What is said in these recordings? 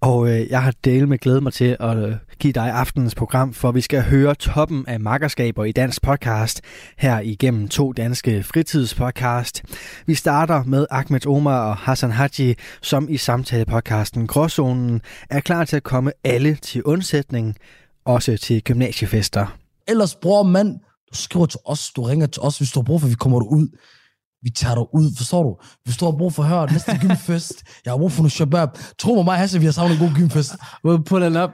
Og øh, jeg har delt med glæde mig til at øh, give dig aftenens program, for vi skal høre toppen af makkerskaber i dansk podcast her igennem to danske fritidspodcast. Vi starter med Ahmed Omar og Hassan Haji, som i samtalepodcasten Gråzonen er klar til at komme alle til undsætning, også til gymnasiefester. Ellers, bror mand, du skriver til os, du ringer til os, hvis du har brug for, at vi kommer ud. Vi tager dig ud, forstår du? Hvis du har brug for her, næste gymfest, jeg har brug for noget shabab. Tro mig, mig og Hasse, vi har savnet en god gymfest. We'll pull it up.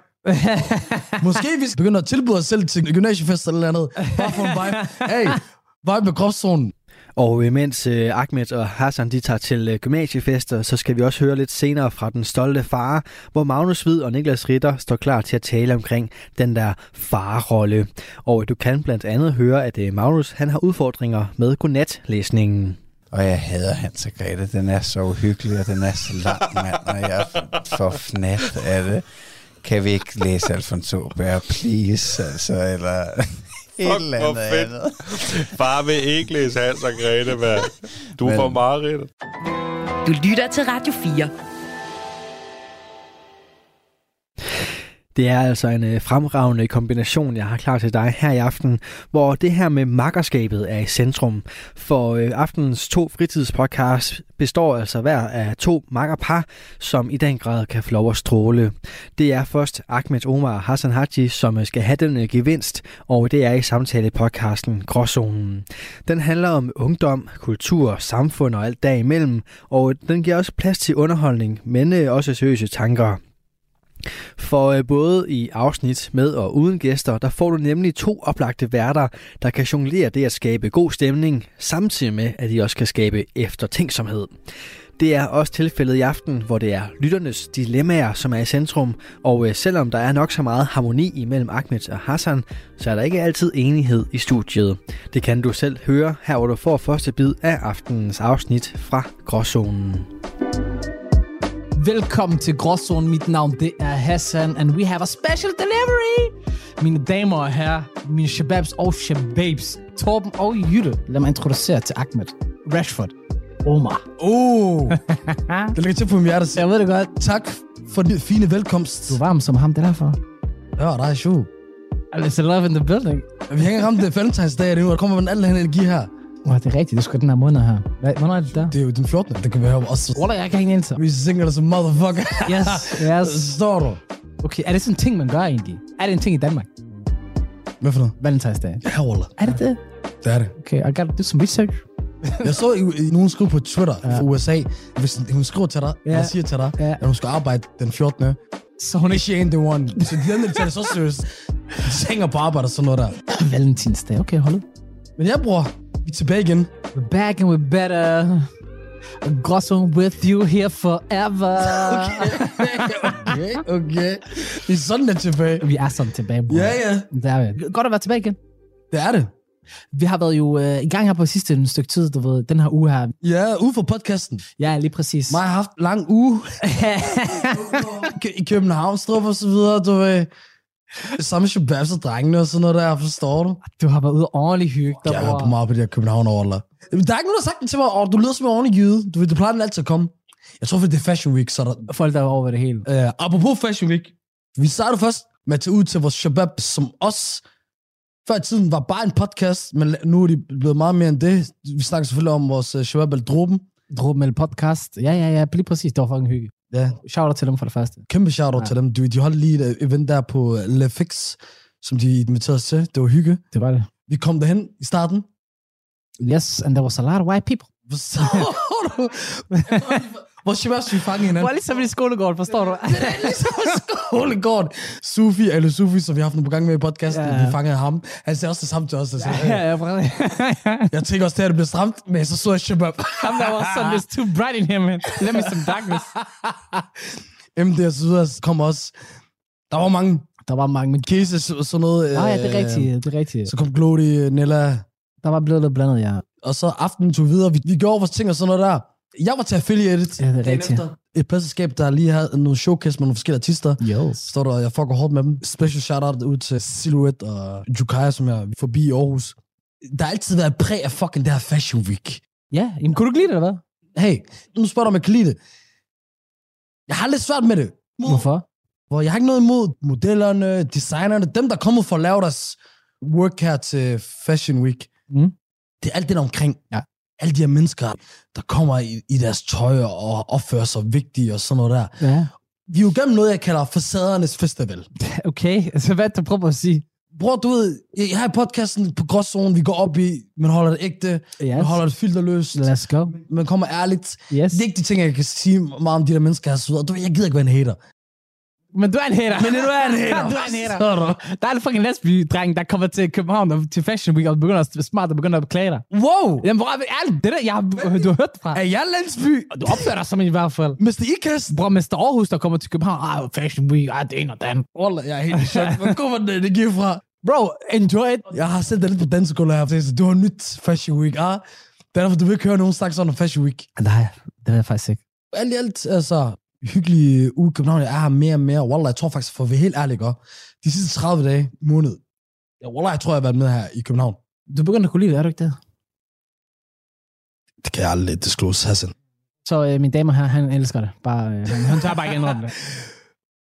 Måske vi begynder at tilbyde os selv til gymnasiefest eller noget andet. Bare for en vibe. Hey, vibe med kropszonen. Og øh, mens øh, Ahmed og Hassan de tager til øh, gymnasiefester, så skal vi også høre lidt senere fra Den Stolte Far, hvor Magnus Hvid og Niklas Ritter står klar til at tale omkring den der farrolle. Og øh, du kan blandt andet høre, at øh, Magnus han har udfordringer med godnatlæsningen. Og jeg hader Hans og Grete. Den er så uhyggelig, og den er så lang, mand. Og jeg er for fnat af det. Kan vi ikke læse Alfonso Bær, please? Altså, eller... Et Fuck, eller hvor andet fedt. andet. Far vil ikke læse Hans og Grete, mand. Du Men- får meget Du lytter til Radio 4. Det er altså en øh, fremragende kombination, jeg har klar til dig her i aften, hvor det her med makkerskabet er i centrum. For øh, aftenens to fritidspodcasts består altså hver af to makkerpar, som i den grad kan få lov at stråle. Det er først Ahmed Omar og Hassan Haji, som øh, skal have den øh, gevinst, og det er i samtale-podcasten Gråzonen. Den handler om ungdom, kultur, samfund og alt derimellem, og den giver også plads til underholdning, men øh, også seriøse tanker. For øh, både i afsnit med og uden gæster, der får du nemlig to oplagte værter, der kan jonglere det at skabe god stemning, samtidig med, at de også kan skabe eftertænksomhed. Det er også tilfældet i aften, hvor det er lytternes dilemmaer, som er i centrum, og øh, selvom der er nok så meget harmoni imellem Ahmed og Hassan, så er der ikke altid enighed i studiet. Det kan du selv høre, her hvor du får første bid af aftenens afsnit fra Gråzonen. Velkommen til Gråzonen. Mit navn det er Hassan, and we have a special delivery. Mine damer og herrer, mine shababs og shababs, Torben og Jytte. Lad mig introducere til Ahmed, Rashford, Omar. Oh, det ligger til på min hjerte. Jeg ved det godt. Tak for den fine velkomst. Du er varm som ham, det er derfor. Ja, der er sjov. It's a love in the building. Vi hænger ramt det Valentine's Day nu, og der kommer med alle den her energi her. Wow, det er rigtigt. Det er sgu den her måned her. Hvad- Hvornår er det der? Det er jo den 14. Det kan vi høre også. Wallah, jeg kan ikke enelse. Vi synger som motherfucker. Yes, yes. Står du? Okay, er det sådan en ting, man gør egentlig? Er det en ting i Danmark? Hvad for noget? Valentine's Day. Ja, Wallah. Er det det? Det er det. Okay, I gotta do some research. Jeg så i, i nogen skrive på Twitter ja. fra USA, hvis hun skriver til dig, Ja. ja. eller siger til dig, Ja. ja. at hun skal arbejde den 14. Så hun er She ain't the one. Så de andre tager det så seriøst. De hænger på arbejde og sådan noget der. Valentinsdag. Okay, hold ud. Men ja, bror. Vi er tilbage igen. We're back and we're better. Gråzonen with you here forever. Okay, okay. Vi er sådan lidt tilbage. Vi er sådan tilbage, bror. Ja, ja. Der er vi. Godt at være tilbage igen. Det er det. Vi har været jo øh, i gang her på sidste en stykke tid, du ved, den her uge her. Ja, ude for podcasten. Ja, lige præcis. Mig har haft lang uge Kø- i København, Strup og så videre, du ved. Samme shababs og drengene og sådan noget der, forstår du? du har været ude og ordentligt hygge dig, Jeg er på bror. meget på det her københavn overlag. Jamen, Der er ikke nogen, der har sagt det til mig, og du lyder som en ordentlig jyde. Du ved, det plejer den altid at komme. Jeg tror, fordi det er Fashion Week, så er der... Folk, der var over det hele. Øh, apropos Fashion Week, vi starter først med at tage ud til vores shabab som os. Før i tiden var bare en podcast, men nu er de blevet meget mere end det. Vi snakker selvfølgelig om vores øh, shabab eller dråben. Drobmel podcast. Ja, ja, ja, lige præcis. Det var fucking hygge. Ja, Shout out til dem for det første. kæmpe shout-out Ja. ja. til dem. De, de holdt lige et øh, event der på øh, Le Fix, som de inviterede os til. Det var hygge. Det var det. Vi kom derhen i starten. Yes, and there was a lot of white people. Forstår du? Vores shababs, vi fangede hinanden. Det var ligesom i skolegården, forstår du? ligesom skolegården. Sufi, eller Sufi, som vi har haft nogle på gang med i podcasten, Ja. ja. vi fangede ham. Han sagde også det samme til os. Altså. ja, ja, præcis. Jeg tænker også, det her det blev stramt, men så så jeg Shabab. Ham der var sådan, there's too bright in here, man. Let me some darkness. MD og så videre kom også. Der var mange Der var mange, men... cases og sådan noget. Nå ja, øh, det er rigtigt, det er rigtigt. Så kom Glody, Nella, Der var blevet lidt blandet, ja. og så aftenen tog vi videre. Vi, vi gjorde vores ting og sådan noget der. Jeg var til affiliated. Ja, det er rigtigt. efter. et pladselskab, der lige havde nogle showcase med nogle forskellige artister. Yes. Står der, jeg fucker hårdt med dem. Special shout-out ud til Silhouette og Jukaya, som jeg er forbi i Aarhus. Der har altid været et præg af fucking det her Fashion Week. Ja, jamen, kunne du ikke lide det, eller hvad? Hey, nu spørger du, om jeg kan lide det. Jeg har lidt svært med det. Hvorfor? Hvor jeg har ikke noget imod modellerne, designerne, dem der kommer for at lave deres work her til Fashion Week. Mm. Det er alt det der omkring. Ja. Alle de her mennesker, der kommer i, i deres tøj og opfører sig vigtige og sådan noget der. Ja. Vi er jo gennem noget, jeg kalder facadernes festival. Okay, så hvad er det, du prøver at sige? Bror, du ved, jeg jeg har i podcasten på gråzonen, vi går op i, man holder det ægte, man Yes. holder det filterløst, Let's go. man kommer ærligt. Yes. Det er ikke de ting, jeg kan sige meget om de der mennesker, jeg sidder. Du ved, jeg gider ikke være en hater. Men du er en hater. Men du er en hater. du er en hater. Forstår du? Der er en fucking lesbi-dreng, der kommer til København og til Fashion Week og begynder at smart og begynder at beklage dig. Wow! Jamen, hvor er vi- ærligt, det der, jeg, har- du har hørt det fra. Er jeg landsby? Du opfører dig som en i hvert fald. Mr. Ikast? Bror, Mester Aarhus, der kommer til København. Ah, Fashion Week, ah, det er en og den. Wallah, jeg er helt i chok. Hvor kommer den energi fra? Bro, enjoy it. Jeg har sendt dig lidt på dansegulvet her. Så Du har nyt Fashion Week, ah? Det er derfor, du vil ikke høre nogen snakke sådan om Fashion Week. Nej, det ved jeg faktisk ikke. Alt i alt, altså, hyggelig øh, uge i København. Jeg er her mere og mere. Wallah, jeg tror faktisk, for at være helt ærlig, ikke? De sidste 30 dage, måned. Ja, Wallah, jeg tror, jeg har været med her i København. Du begynder at kunne lide det, er du ikke det? Det kan jeg aldrig disclose, Hassan. Så øh, min dame her, han elsker det. Bare, øh, han, han tør bare ikke indrømme det.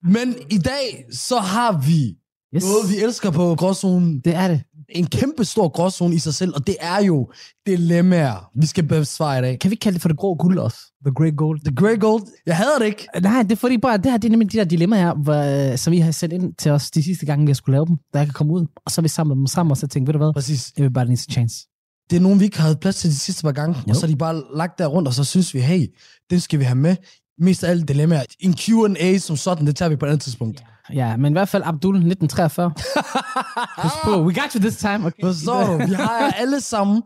Men i dag, så har vi Yes. noget, vi elsker på gråzonen. Det er det. en kæmpe stor gråzone i sig selv, og det er jo dilemmaer, vi skal besvare i dag. Kan vi ikke kalde det for det grå guld også? The Grey Gold. The Grey Gold, jeg hader det ikke. Nej, det er fordi bare, det her det er nemlig de der dilemmaer her, hvor, øh, som I har sendt ind til os de sidste gange, vi har skulle lave dem, der jeg kan komme ud. Og så har vi samlet dem sammen, og så tænkte, ved du hvad? Præcis. Everybody needs a chance. Det er nogen, vi ikke havde plads til de sidste par gange, Jo. og så er de bare lagt der rundt, og så synes vi, hey, den skal vi have med. Mest af alle dilemmaer. En Q&A som sådan, det tager vi på et andet tidspunkt. Yeah. Ja, men i hvert fald Abdul 1943. Husk på, we got you this time. Okay. Forstår du? Vi har jer alle sammen.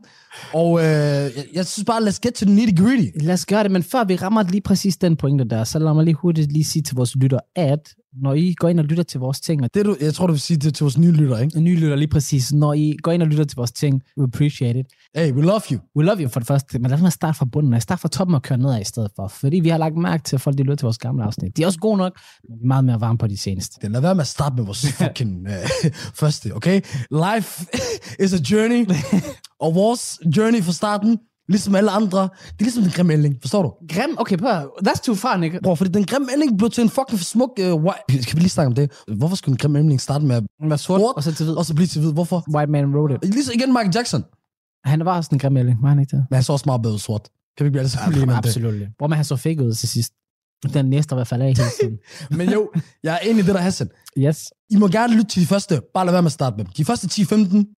Og øh, jeg, jeg synes bare, let's get to the nitty gritty. Lad os gøre det, men før vi rammer lige præcis den pointe der, så lad mig lige hurtigt lige sige til vores lytter, at når I går ind og lytter til vores ting, og Det du, jeg tror, du vil sige det til vores nye lytter, ikke? nye lytter lige præcis, når I går ind og lytter til vores ting, we appreciate it. Hey, we love you. We love you for det første, men lad os nu starte fra bunden af. Start fra toppen og køre nedad i stedet for. Fordi vi har lagt mærke til, at folk de lytter til vores gamle afsnit. De er også gode nok, men vi er meget mere varme på de seneste. Den lad være med at starte med vores fucking øh, første, okay? Life is a journey, og vores journey fra starten, ligesom alle andre, det er ligesom den grimme ælling, forstår du? Grim? Okay, prøv. at- That's too far, Nick. Bror, fordi den grimme ælling blev til en fucking smuk... Øh, whi- kan vi lige snakke om det? Hvorfor skulle en grim ælling starte med at Den var sort, Sort. og så til hvid. også blive til hvid? Hvorfor? White man wrote it. Ligesom igen Michael Jackson, Han var også en grim ælling, var han ikke det? men han så også meget bedre sort. Kan vi ikke blive alle sammen enige om det? Absolut. Hvor man han så fik ud til sidst. Den næste var faldet af hele tiden. Men jo, jeg er enig i det der, Hassan. Yes. I må gerne lytte til de første. Bare lad være med at starte med dem. De første 10-15,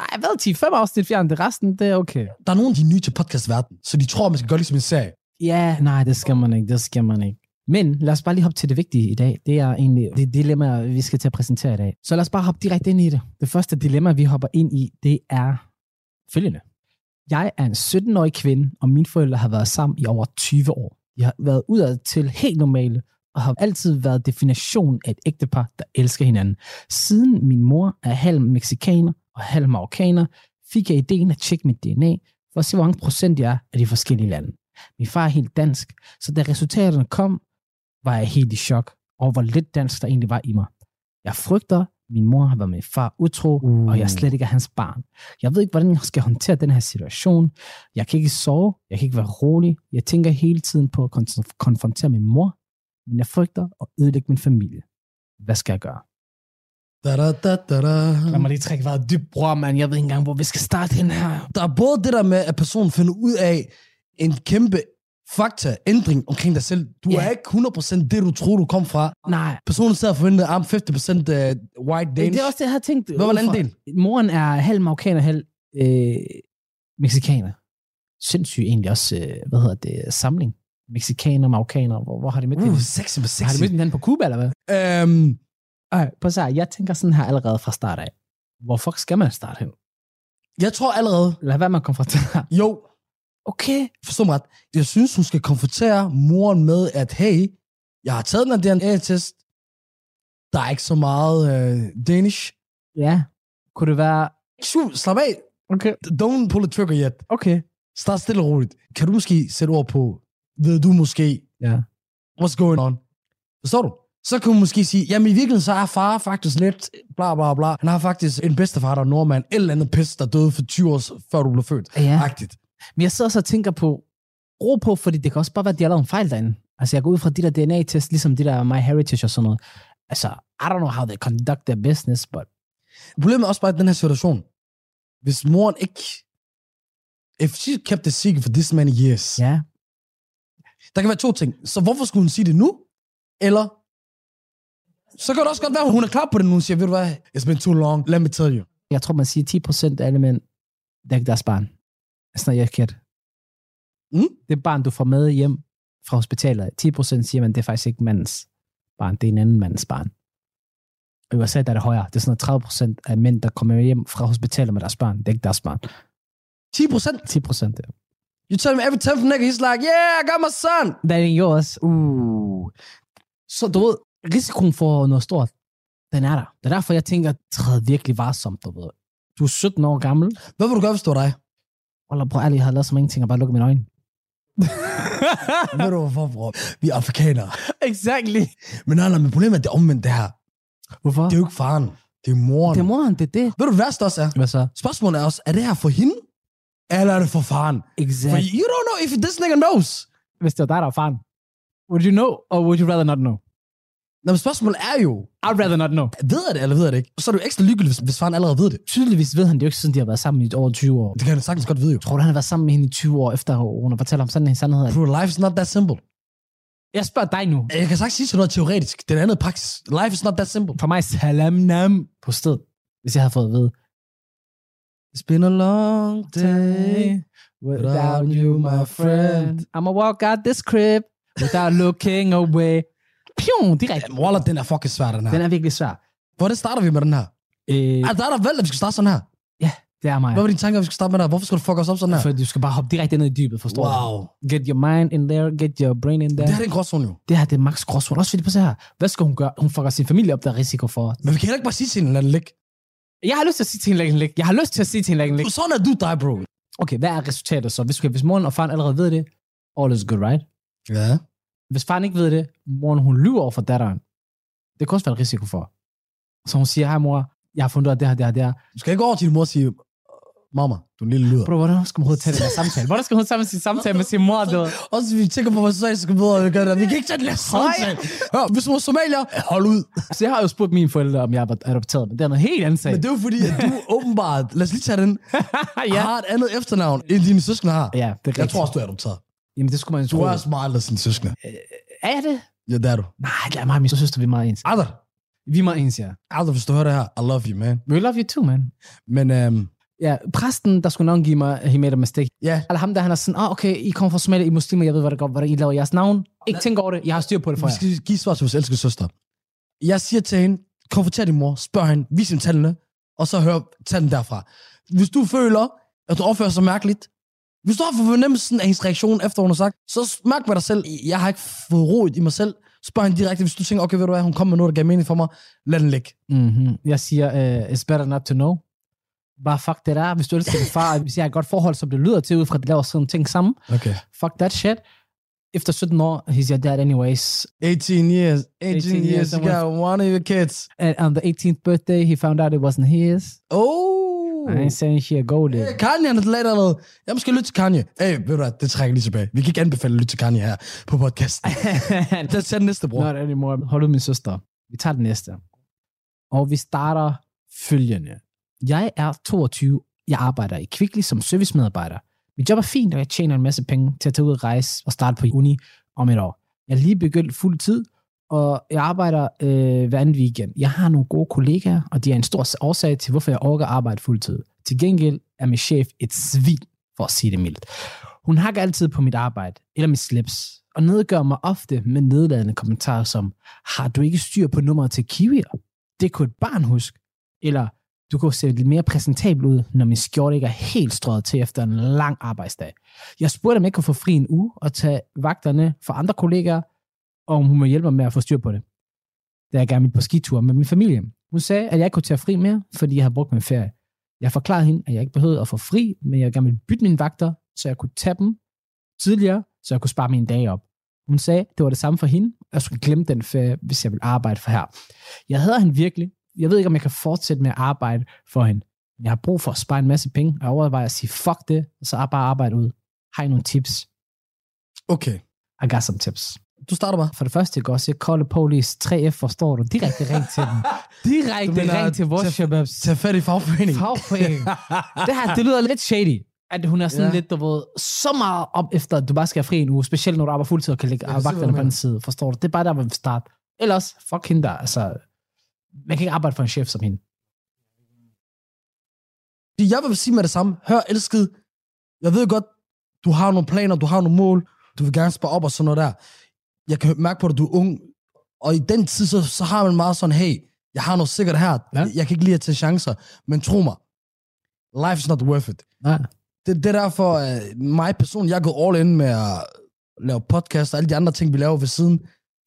Ej, hvad? 10-5 afsnit fjern, det resten, det er okay. der er nogen, de er nye til podcastverden, så de tror, man skal gøre ligesom en serie. Ja, nej, det skal man ikke, det skal man ikke. Men lad os bare lige hoppe til det vigtige i dag. Det er egentlig det dilemma, vi skal til at præsentere i dag. Så lad os bare hoppe direkte ind i det. Det første dilemma, vi hopper ind i, det er følgende. Jeg er en 17-årig kvinde, og mine forældre har været sammen i over 20 år. De har været udad til helt normale, og har altid været definitionen af et ægtepar, der elsker hinanden. Siden min mor er halv meksikaner og halv marokkaner, fik jeg ideen at tjekke mit DNA, for at se, hvor mange procent jeg er af de forskellige lande. Min far er helt dansk, så da resultaterne kom, var jeg helt i chok over, hvor lidt dansk der egentlig var i mig. Jeg frygter, min mor har været min far utro, uh. og jeg slet ikke er hans barn. Jeg ved ikke, hvordan jeg skal håndtere den her situation. Jeg kan ikke sove, jeg kan ikke være rolig. Jeg tænker hele tiden på at kon- konfrontere min mor, men jeg frygter at ødelægge min familie. Hvad skal jeg gøre? Da, da, da, da, da. mig lige trække vejret dybt, bror, mand. Jeg ved ikke engang, hvor vi skal starte den her. der er både det der med, at personen finder ud af en kæmpe fakta, ændring omkring dig selv. Du Ja. yeah. er ikke 100% det, du tror, du kom fra. Nej, Personen sidder og forventer, at I'm 50% øh, white Det, Danish. det er også det, jeg havde tænkt. Hvad var den anden Hvorfor- Moren er halv marokkaner, halv øh, meksikaner. Sindssygt egentlig også, øh, hvad hedder det, samling. Meksikaner, marokkaner, hvor, hvor har de mødt uh, hinanden? sexy med Har sexy. de mødt hinanden på Cuba, eller hvad? Øhm, Ej, prøv så, jeg tænker sådan her allerede fra start af. Hvor fuck skal man starte hen? jeg tror allerede, Lad være med at konfrontere. jo, Okay. forstå mig ret. Jeg synes, hun skal konfrontere moren med, at hey, jeg har taget den her DNA-test. Der er ikke så meget øh, Danish. Ja. Kunne det være... Shoo, slap af. Okay. Don't pull the trigger yet. Okay. Start stille og roligt. Kan du måske sætte ord på, ved du måske, Ja. what's going on? Forstår du? Så kunne man måske sige, jamen i virkeligheden så er far faktisk lidt bla bla bla. Han har faktisk en bedstefar, der er nordmand. Et eller andet pis, der døde for 20 år før du blev født. Ja. Agtigt. Men jeg sidder også og tænker på, ro på, fordi det kan også bare være, at de har lavet en fejl derinde. Altså, jeg går ud fra de der DNA-test, ligesom de der MyHeritage og sådan noget. Altså, I don't know how they conduct their business, but Problemet er også bare i den her situation. Hvis moren ikke... If she kept the secret for this many years. ja. Der kan være to ting. Så hvorfor skulle hun sige det nu? Eller... Så kan det også godt være, at hun er klar på det nu. Hun siger, ved du hvad? It's been too long. Let me tell you. Jeg tror, man siger 10% af alle mænd, det er ikke deres barn. Sådan jeg kan. Mm? Det barn, du får med hjem fra hospitalet, 10% siger man, det er faktisk ikke mandens barn, det er en anden mands barn. I USA der er det højere. Det er sådan noget 30% af mænd, der kommer hjem fra hospitalet med deres barn. Det er ikke deres barn. 10 procent. 10% ja. You tell me every 10th nigga, he's like, yeah, I got my son. Den er yours. Uh. Så du ved, risikoen for noget stort, den er der. Det er derfor, jeg tænker, træd virkelig varsomt, du ved. Du er 17 år gammel. Hvad vil du gøre, hvis det var dig? Wallah, bror, ærligt, jeg havde lavet så mange ting, og bare lukket mine øjne. Ved du hvorfor, bror? Vi er afrikanere. Exactly. Men nej, nej, men problemet er, det er omvendt det her. Hvorfor? Det er jo ikke faren. Det er moren. Det er moren, det er det. Ved du, hvad det også er? Hvad så? Spørgsmålet er også, er det her for hende? Eller er det for faren? For Exactly. you don't know if this nigga knows. Hvis det var dig, der var faren. Would you know, or would you rather not know? Nå, men spørgsmålet er jo, I'd rather not know. ved jeg det, eller ved jeg det ikke? Så er det jo ekstra lykkeligt, hvis, hvis faren allerede ved det. Tydeligvis ved han det jo ikke, siden de har været sammen i over 20 år. Det kan han sagtens godt vide jo. Tror du, han har været sammen med hende i 20 år, efter hun har fortalt ham sådan en sandhed? Bro, life is not that simple. Jeg spørger dig nu. Jeg kan sagtens sige sådan noget teoretisk. Den anden er praksis. Life is not that simple. For mig, salam nam på stedet, hvis jeg havde fået at vide. It's been a long day. Without you, my friend. I'ma walk out this crib without looking away. Pium, direkte. Jamen, Wallah, den er fucking svær, den her. Den er virkelig svær. Hvordan starter vi med den her? Øh, Er der er der valgt, at vi skal starte sådan her? det er mig. Hvad var dine tanker, at vi skal starte med den her? Hvorfor skal du fuck os op sådan her? For du skal bare hoppe direkte ned i dybet, forstår du? Wow. Get your mind in there, get your brain in Det there. her er en gråzone jo. Det her, det er max gråsvund. Også fordi på se her. Hvad skal hun gøre? Hun fucker sin familie op, der er risiko for. Men vi kan heller ikke bare sige til hende, lad det ligge. Jeg har lyst til at sige til hende, læg en læg. Jeg har lyst til at sige til hende, læg en læg. Sådan er du dig, bro. Okay, hvad er resultatet så? Hvis, okay, hvis moren og faren allerede ved det, all is good, right? Ja. Hvis faren ikke ved det, moren hun lyver over for datteren. Det kan også være en risiko for. Så hun siger, hej mor, jeg har fundet ud af det her, det her, det her. Du skal ikke over til din mor og sige, mamma, du er en lille lyder. Bro, hvordan skal hun overhovedet tage den her samtale? Hvordan skal hun sammen sin samtale med sin mor? Du? ved? Også vi tænker på, hvad så skal videre, og vi gør det. Vi kan ikke tage den her samtale. Hør, hvis du er somalier, hold ud. Så jeg har jo spurgt mine forældre, om jeg var adopteret, men det er noget helt andet sag. Men det er jo fordi, at du åbenbart, lad os lige tage den, ja. har et andet efternavn, end dine søskende har. ja, det er Jeg rigtigt. tror også, du er adopteret. Jamen, det skulle man jo Du tro. er også meget anderledes end dine søskende. Er jeg det? Ja, det er du. Nej, lad mig og min søster, vi er meget ens. Adder, Vi er meget ens, ja. Adder, hvis du hører det her, I love you, man. We love you too, man. Men øhm, Ja, præsten, der skulle navngive mig, he made a mistake. ja, Eller ham der, han er sådan, ah, okay, I kommer fra Somalia, I er muslimer, jeg ved, hvad det går, hvordan I laver jeres navn. Ikke tænk over det, jeg har styr på det for Vi jer. skal give svar til vores elskede søster. Jeg siger til hende, konfronter din mor, spørg hende, vis hende tallene, og så hør, tag den derfra. Hvis du føler, at du opfører sig mærkeligt, hvis du har fået fornemmelsen af hendes reaktion, efter hun har sagt, så mærk med dig selv, jeg har ikke fået rodet i mig selv, spørg hende direkte, hvis du tænker, okay, ved du hvad, hun kom med noget, der gav mening for mig, lad den ligge. Mm-hmm. Jeg siger, uh, it's better not to know. Bare fuck det der. Hvis du elsker din far, og hvis jeg har et godt forhold, som det lyder til, ud fra at de laver sådan nogle ting sammen. Okay. Fuck that shit. Efter 17 år, he's your dad anyways. 18 years, 18, 18 years, years, you got one of your kids. And on the 18th birthday, he found out it wasn't his. Oh! I ain't saying she a gold Øh, digger. Kanye han er lidt allerede. Jeg måske lytte til Kanye. Hey, ved du hvad, det trækker lige tilbage. Vi kan ikke anbefale at lytte til Kanye her på podcasten. Lad os tage den næste, bror. Not anymore. Hold ud, min søster. Vi tager det næste. Og vi starter følgende. Jeg er 22. Jeg arbejder i Kvickly som servicemedarbejder. Mit job er fint, og jeg tjener en masse penge til at tage ud og rejse og starte på uni om et år. Jeg er lige begyndt fuld tid, og jeg arbejder øh, hver anden weekend. Jeg har nogle gode kollegaer, og de er en stor årsag til, hvorfor jeg orker at arbejde fuld tid. Til gengæld er min chef et svin, for at sige det mildt. Hun hakker altid på mit arbejde, eller mit slips, og nedgør mig ofte med nedladende kommentarer som, har du ikke styr på nummeret til kiwier? Det kunne et barn huske. Eller, du kunne se lidt mere præsentabel ud, når min skjorte ikke er helt strøget til efter en lang arbejdsdag. Jeg spurgte, om jeg kunne få fri en uge og tage vagterne for andre kollegaer, og om hun må hjælpe mig med at få styr på det. Da jeg gerne ville på skitur med min familie. Hun sagde, at jeg ikke kunne tage fri mere, fordi jeg havde brugt min ferie. Jeg forklarede hende, at jeg ikke behøvede at få fri, men jeg gerne ville bytte mine vagter, så jeg kunne tage dem tidligere, så jeg kunne spare mine dage op. Hun sagde, det var det samme for hende, og jeg skulle glemme den ferie, hvis jeg ville arbejde for her. Jeg hader hende virkelig. Jeg ved ikke, om jeg kan fortsætte med at arbejde for hende. Men Jeg har brug for at spare en masse penge, og jeg overvejer at sige, fuck det, og så bare arbejde ud. Har I nogle tips? Okay, I got some tips. du starter bare. For det første, ikke også, jeg kolde police 3F, forstår du? Direkte ring til dem. Du Direkte mener, ring til vores tag- shababs. Tag fat i fagforeningen. Fagforening. det her, det lyder lidt shady. At hun er sådan Ja. ja. lidt, du ved, så meget op efter, at du bare skal have fri en uge. Specielt når du arbejder fuldtid og kan lægge Jeg kan se, hvad du vagterne på mener. den side. Forstår du? Det er bare der, hvor vi starter. Ellers, fuck hende der. Altså, man kan ikke arbejde for en chef som hende. Fordi jeg vil sige med det samme. Hør, elskede, jeg ved godt, du har nogle planer, du har nogle mål, du vil gerne spare op og sådan noget der. Jeg kan mærke på dig, du er ung. Og i den tid, så, så har man meget sådan, hey, jeg har noget sikkert her. Ja. Ja. Jeg kan ikke lide at tage chancer. Men tro mig, life is not worth it. Nej. Det, det er derfor, uh, mig person, jeg er gået all in med at lave podcast og alle de andre ting, vi laver ved siden.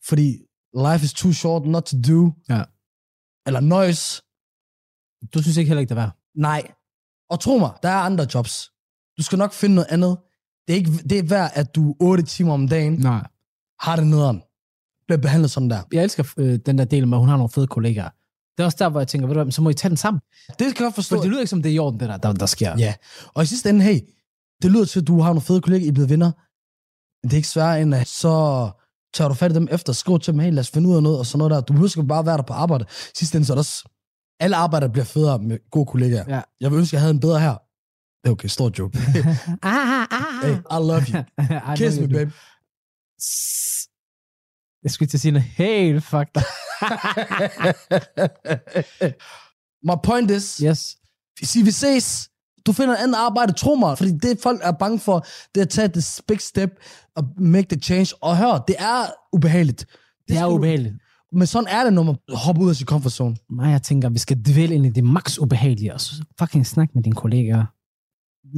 Fordi life is too short not to do. Ja. Eller noise. Du synes ikke heller ikke, det er værd. Nej. Og tro mig, der er andre jobs. Du skal nok finde noget andet. Det er, ikke, det er værd, at du 8 timer om dagen Nej. har det nederen. Bliver behandlet sådan der. Jeg elsker øh, den der del med, at hun har nogle fede kollegaer. Det er også der, hvor jeg tænker, ved du hvad, så må I tage den sammen. Det kan jeg godt For forstå. det lyder ikke som, det er i orden, det der, der, der sker. Ja. Og i sidste ende, hey, det lyder til, at du har nogle fede kollegaer, I er blevet venner. Men det er ikke sværere, end at så tager du fat i dem efter, skriver til dem, hey, lad os finde ud af noget, og sådan noget der. Du behøver sgu bare være der på arbejde. I sidste ende, så er der også, alle arbejder bliver federe med gode kollegaer. Ja. Jeg vil ønske, jeg havde en bedre her. Det er okay, stor joke. Ah, ah, ah. hey, I love you. Ej, Kiss nu me, er du- babe. Jeg skulle til at sige noget helt fucked up. My point is, Yes. sig, vi ses. Du finder et andet arbejde, tro mig. Fordi det, folk er bange for, det er at tage det big step og make the change. Og hør, det er ubehageligt. Det er skal du- ubehageligt. Men sådan er det, når man hopper ud af sin comfort zone. Nej, jeg tænker, vi skal dvæle ind i det maks ubehagelige, og så fucking snak med dine kollegaer.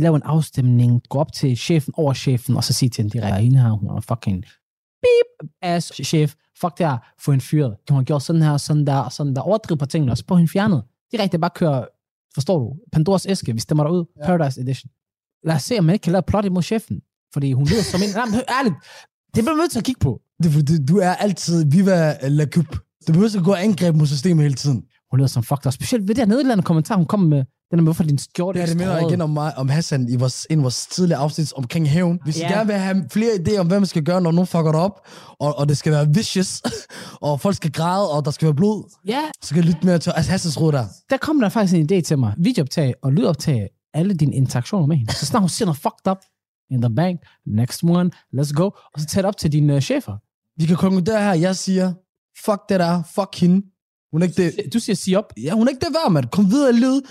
Lav en afstemning, gå op til chefen over chefen, og så sig til den direkte, hende her, hun er fucking beep ass chef. Fuck det her, få hende fyret. Hun har gjort sådan her, sådan der, og sådan der. Overdriv på tingene, og så på hende fjernet. Direkte bare køre, forstår du, Pandoras æske, vi stemmer dig ud, ja. Paradise Edition. Lad os se, om man ikke kan lave plot imod chefen. Fordi hun lyder som en... Nej, men hør, ærligt, det bliver man nødt til at kigge på. Det, er fordi, du er altid viva la coupe. Du behøver at gå og angribe mod systemet hele tiden. Hun lyder som fuck dig. Specielt ved det her nederlandende kommentar, hun kom med. Den er med, hvorfor din skjorte Det er det ikke minder strøget. igen om, mig, om Hassan i vores, en af vores tidligere afsnit omkring hævn. Hvis yeah. I Ja. gerne vil have flere idéer om, hvad man skal gøre, når nogen fucker dig op, og, og det skal være vicious, og folk skal græde, og der skal være blod, Ja, så kan I lytte mere til Hassans råd der. der kom der faktisk en idé til mig. Videooptage og lydoptage alle dine interaktioner med hende. Så snart hun siger noget fucked up, in the bank, next one, let's go. Og så tag det op til dine uh, chefer. Vi kan konkludere her, jeg siger, fuck det der, fuck hende. Hun er ikke det, Du siger sig op. ja, hun er ikke det værd, mand. Kom videre i livet.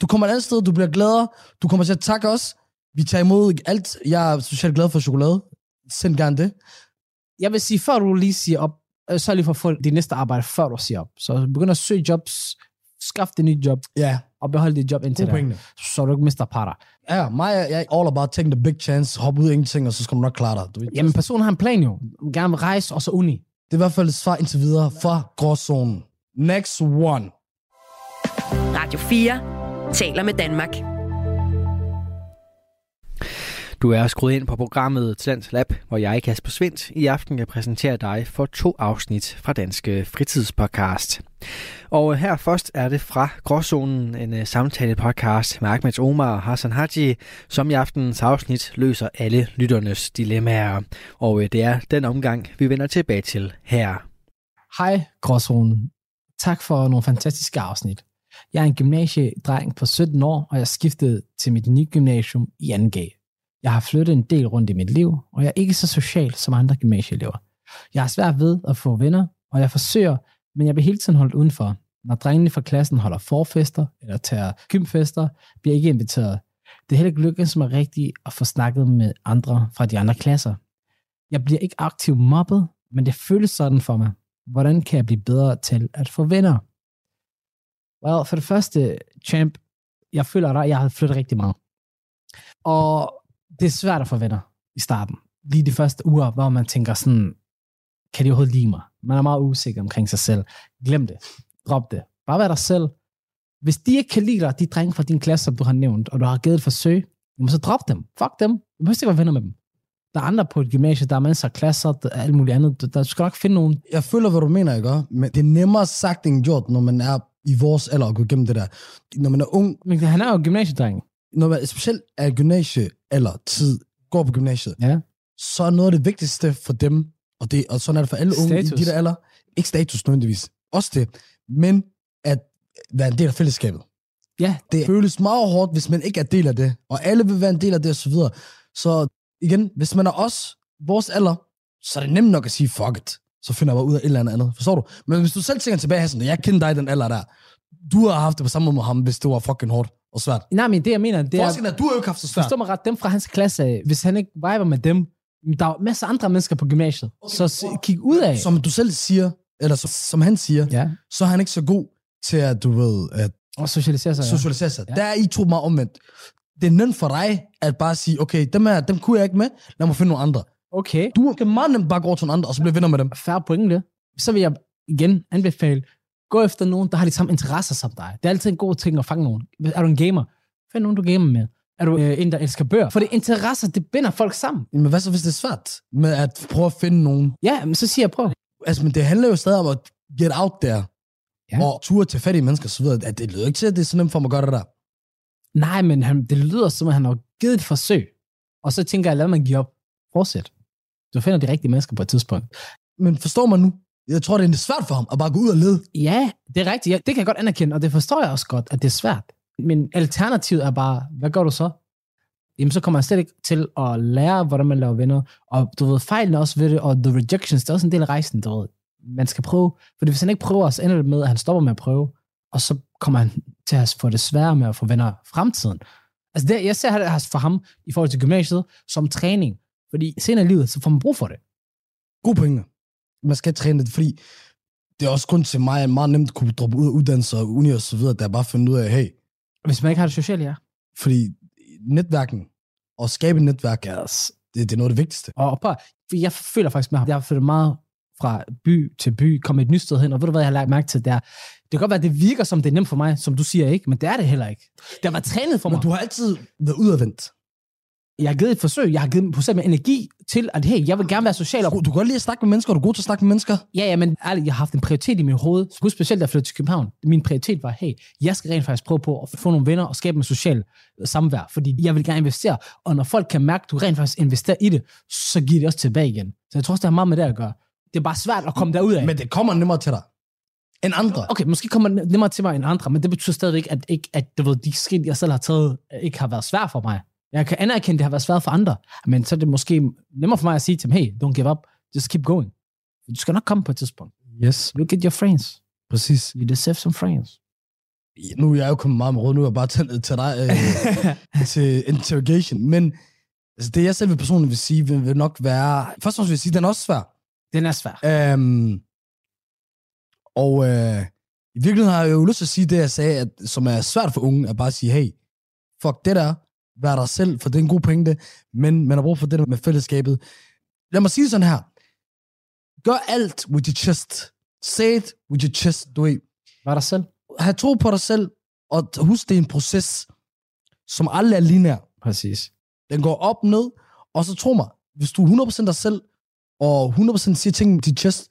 Du kommer et andet sted, du bliver gladere. Du kommer til at takke os. Vi tager imod alt. Jeg er socialt glad for chokolade. Send gerne det. Jeg vil sige, før du lige siger op, øh, sørg lige for at få dit næste arbejde, før du siger op. Så begynd at søge jobs, skaff det nye job, Ja, og behold dit job indtil gode da. pointe. Så du ikke mister parter. Ja, mig, jeg er all about taking the big chance. Hop ud af ingenting, og så skal du nok klare dig. Du ved. Jamen, personen har en plan jo. Gerne vil rejse, og så uni. Det er i hvert fald et svar indtil videre fra gråzonen. Next one. Radio 4 taler med Danmark. Du er skruet ind på programmet Talent Lab, hvor jeg, Kasper Svendt, i aften kan præsentere dig for to afsnit fra Danske Fritidspodcast. Og her først er det fra Gråzonen, en øh, samtalepodcast med Ahmed Omar og Hassan Haji, som i aftenens afsnit løser alle lytternes dilemmaer. Og øh, det er den omgang, vi vender tilbage til her. Hej, Gråzonen. Tak for nogle fantastiske afsnit. Jeg er en gymnasiedreng på 17 år, og jeg skiftede til mit nye gymnasium i 2G. Jeg har flyttet en del rundt i mit liv, og jeg er ikke så social som andre gymnasieelever. Jeg har svært ved at få venner, og jeg forsøger, men jeg bliver hele tiden holdt udenfor. Når drengene fra klassen holder forfester eller tager gymfester, bliver jeg ikke inviteret. Det er heller ikke lykkedes mig rigtigt at få snakket med andre fra de andre klasser. Jeg bliver ikke aktivt mobbet, men det føles sådan for mig hvordan kan jeg blive bedre til at få venner? Well, for det første, champ, jeg føler dig, jeg har flyttet rigtig meget. Og det er svært at få venner i starten. Lige de første uger, hvor man tænker sådan, kan de overhovedet lide mig? Man er meget usikker omkring sig selv. Glem det. Drop det. Bare vær dig selv. Hvis de ikke kan lide dig, de drenge fra din klasse, som du har nævnt, og du har givet et forsøg, jamen så drop dem. Fuck dem. Du behøver ikke være venner med dem. Der er andre på et gymnasie, der er masser af klasser, der er alt muligt andet. Der, der skal nok finde nogen. jeg føler, hvad du mener, ikke? Men det er nemmere sagt end gjort, når man er i vores alder at gå igennem det der. Når man er ung, Men han er jo gymnasiedreng. når man specielt er i gymnasie eller tid, går på gymnasiet, Ja. så er noget af det vigtigste for dem, og, det, og sådan er det for alle unge i Status. de der alder, ikke status nødvendigvis, også det, men at være en del af fællesskabet. Ja, Det føles meget hårdt, hvis man ikke er del af det, og alle vil være en del af det osv. Så, videre. så igen, hvis man er os, vores alder, så er det nemt nok at sige, fuck it, så finder jeg bare ud af et eller andet andet. Forstår du? Men hvis du selv tænker tilbage, Hassan, jeg kender dig i den alder der, du har haft det på samme måde med ham, hvis det var fucking hårdt og svært. Nej, men det jeg mener, det Det er... er... Forskellen er, at du har jo ikke haft så svært. Forstår mig ret, dem fra hans klasse, af, hvis han ikke viber med dem, der er jo masser af andre mennesker på gymnasiet. Okay, så se- kig ud af. Som du selv siger, eller som, som han siger, ja. Ja, så er han ikke så god til at, du ved, at og socialisere sig. Ja. socialisere sig. Ja. Ja. Der er I to meget omvendt. Det er nemt for dig at bare sige, okay, dem, her, dem kunne jeg ikke med, lad mig finde nogle andre. Okay, Du kan meget nemt bare gå over til nogle andre, og så blive venner med dem. færre pointe. Så vil jeg igen anbefale, gå efter nogen, der har de samme interesser som dig. Det er altid en god ting at fange nogen. Er du en gamer? Find nogen, du gamer med. Er du øh, en, der elsker bøger? For det interesser, det binder folk sammen. Men hvad så, hvis det er svært med at prøve at finde nogen? Ja, men så siger jeg, prøv. Altså, men det handler jo stadig om at get out there. Ja. Ja. Og ture til fattige mennesker osv. At det lyder ikke til, at det er så nemt for mig at gøre det der. Nej, men han, det lyder som, at han har givet et forsøg. Og så tænker jeg, lad mig give op. Fortsæt. Du finder de rigtige mennesker på et tidspunkt. Men forstår man nu? Jeg tror, det er svært for ham at bare gå ud og lede. Ja, det er rigtigt. Ja, det kan jeg godt anerkende, og det forstår jeg også godt, at det er svært. Men alternativet er bare, hvad gør du så? Jamen, så kommer jeg slet ikke til at lære, hvordan man laver venner. Og du ved, fejlene også ved det, og the rejections, det er også en del af rejsen, du ved. Man skal prøve, for hvis han ikke prøver, så ender det med, at han stopper med at prøve, og så kommer han til at få det sværere med at få venner i fremtiden. Altså, det, jeg ser det her for ham i forhold til gymnasiet som træning, fordi senere i livet, så får man brug for det. gode pointe. Man skal træne det, fordi det er også kun til mig, at meget nemt kunne droppe ud af uddannelser og uni og så videre, der bare finde ud af, hey, Hvis man ikke har det socialt, ja. fordi netværken og skabe et netværk, er, det, det er noget af det vigtigste. Og bare, for jeg føler faktisk med ham, jeg har flyttet meget fra by til by, kom et nyt sted hen, og ved du hvad, jeg har lagt mærke til der. Det kan godt være, at det virker som, det er nemt for mig, som du siger ikke, men det er det heller ikke. Det har været trænet for Men mig. du har altid været udadvendt. Jeg har givet et forsøg, jeg har givet mig procent med energi til, at hey, jeg vil gerne være social. Og... Du kan godt lide at snakke med mennesker, og du er god til at snakke med mennesker. Ja, ja, men ærligt, jeg har haft en prioritet i mit hoved. Husk specielt, da jeg flyttede til København. Min prioritet var, hey, jeg skal rent faktisk prøve på at få nogle venner og skabe en social øh, samvær, fordi jeg vil gerne investere. Og når folk kan mærke, at du rent faktisk investerer i det, så giver det også tilbage igen. Så jeg tror også, det har meget med det at gøre. Det er bare svært at komme derud af. Men det kommer nemmere til dig end andre. Okay, måske kommer det nemmere til mig end andre, men det betyder stadigvæk, at, ikke, at du ved, de skridt, jeg selv har taget, ikke har været svært for mig. Jeg kan anerkende, at det har været svært for andre, men så er det måske nemmere for mig at sige til dem, hey, don't give up, just keep going. Du skal nok komme på et tidspunkt. Yes, Look at your friends. præcis. You deserve some friends. Nu er jeg jo kommet meget med råd, nu er jeg bare tændt til dig, øh, til interrogation. Men altså, det jeg selv vil personligt vil sige, vil, vil nok være... Først og fremmest vil jeg sige, den er også svær. Den er svær. Øhm, og øh, i virkeligheden har jeg jo lyst til at sige det, jeg sagde, at, som er svært for unge, at bare sige, hey, fuck det der, vær dig selv, for det er en god pointe, men man har brug for det der med fællesskabet. Lad mig sige det sådan her. Gør alt with your chest. Say it with your chest. Du ved, Var der selv? have tro på dig selv, og t- husk, det er en proces, som aldrig er linær. Præcis. Den går op, ned, og så tro mig, hvis du er 100% dig selv, og 100% siger ting til chest,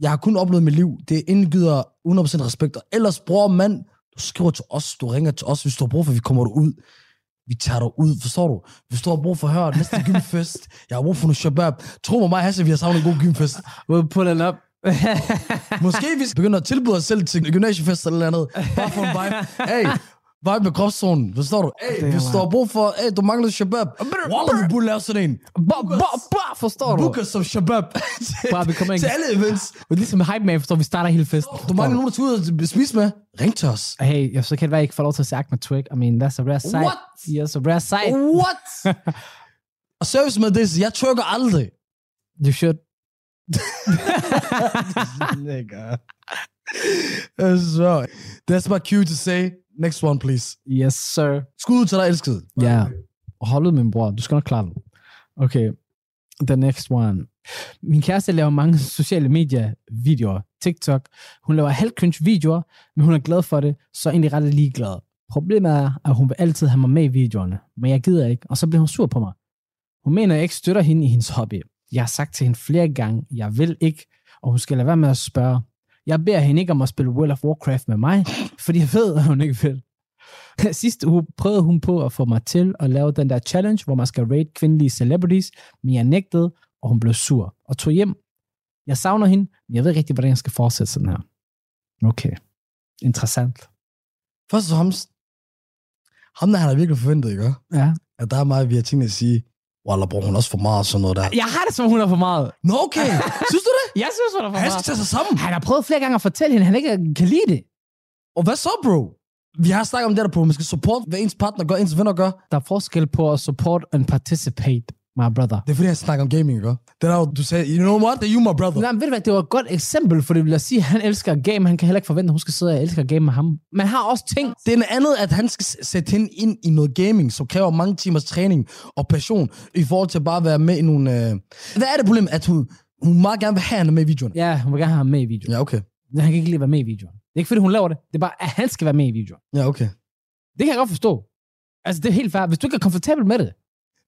jeg har kun oplevet mit liv, det indgyder 100% respekt, og ellers, bror mand, du skriver til os, du ringer til os, hvis du har brug for, at vi kommer dig ud. Vi tager dig ud, forstår du? Hvis du har brug for at høre næste gymfest, jeg har brug for noget shabab. Tro mig, mig og Hassan, vi har savnet en god gymfest. We'll pull it up. Måske vi begynder at tilbyde os selv til gymnasiefest eller andet. Bare for en vibe. Hey, vibe med kropszonen. Forstår du? Hey, hvis du har brug for, hey, du mangler shabab. Wallah, du burde lave sådan en. ba, ba, ba, forstår du? Book os som shabab. Til- Bare vi kommer ind. til alle events. Ligesom Hype Man, forstår vi starter hele festen. Du mangler nogen, der skal ud og spise med. Ring til os. Hey, jeg så kan det være, at jeg ikke får lov til at se Ahmed Twig. I mean, that's a rare sight. What? Yes, a rare sight. What? Og service med det, jeg trykker aldrig. You should. Så, that's my cue to say. Next one, please. Yes, sir. Skud ud til dig, elskede. Ja. Yeah. Hold ud, min bror. Du skal nok klare den. Okay. The next one. Min kæreste laver mange sociale medier-videoer. TikTok. Hun laver halvkøns videoer, men hun er glad for det, så er egentlig ret ligeglad. Problemet er, at hun vil altid have mig med i videoerne, men jeg gider ikke, og så bliver hun sur på mig. Hun mener, jeg ikke støtter hende i hendes hobby. Jeg har sagt til hende flere gange, jeg vil ikke, og hun skal lade være med at spørge. Jeg beder hende ikke om at spille World of Warcraft med mig, fordi jeg ved, at hun ikke vil. Sidste uge prøvede hun på at få mig til at lave den der challenge, hvor man skal rate kvindelige celebrities, men jeg nægtede, og hun blev sur og tog hjem. Jeg savner hende, men jeg ved ikke rigtig, hvordan jeg skal fortsætte sådan her. Okay. Interessant. Først og fremmest, ham der, han har virkelig forventet, ikke? Ja. At der er meget, vi har tænkt at sige, Wallah, bror, hun er også for meget og sådan noget der. Jeg har det som, hun er for meget. Nå, okay. Synes du det? Jeg synes, hun er for Han skal meget. tage sig sammen. Han har prøvet flere gange at fortælle hende, at han ikke kan lide det. Og hvad så, bro? Vi har snakket om det der, bro. Man skal supporte, hvad ens partner gør, ens venner gør. Der er forskel på at support and participate, my brother. Det er fordi, han snakker om gaming, ikke? Det er der, du sagde, you know what? You my brother. Nej, men ved du hvad, det var et godt eksempel, for det vil jeg sige, at han elsker game. Han kan heller ikke forvente, at hun skal sidde og elske game med ham. Man har også ting. Det er noget andet, at han skal s- sætte hende ind i noget gaming, som kræver mange timers træning og passion, i forhold til bare at være med i nogle... Øh... Hvad er det problem, at hun, hun meget gerne vil have, at han er med i videoen? Ja, hun vil gerne have ham med i videoen. Ja, okay. Ja. Han kan ikke lide at være med i videoen. Det er ikke fordi, hun laver det. Det er bare, at han skal være med i videoen. Ja, okay. Det kan jeg godt forstå. Altså, det er helt fair. Hvis du ikke er komfortabel med det.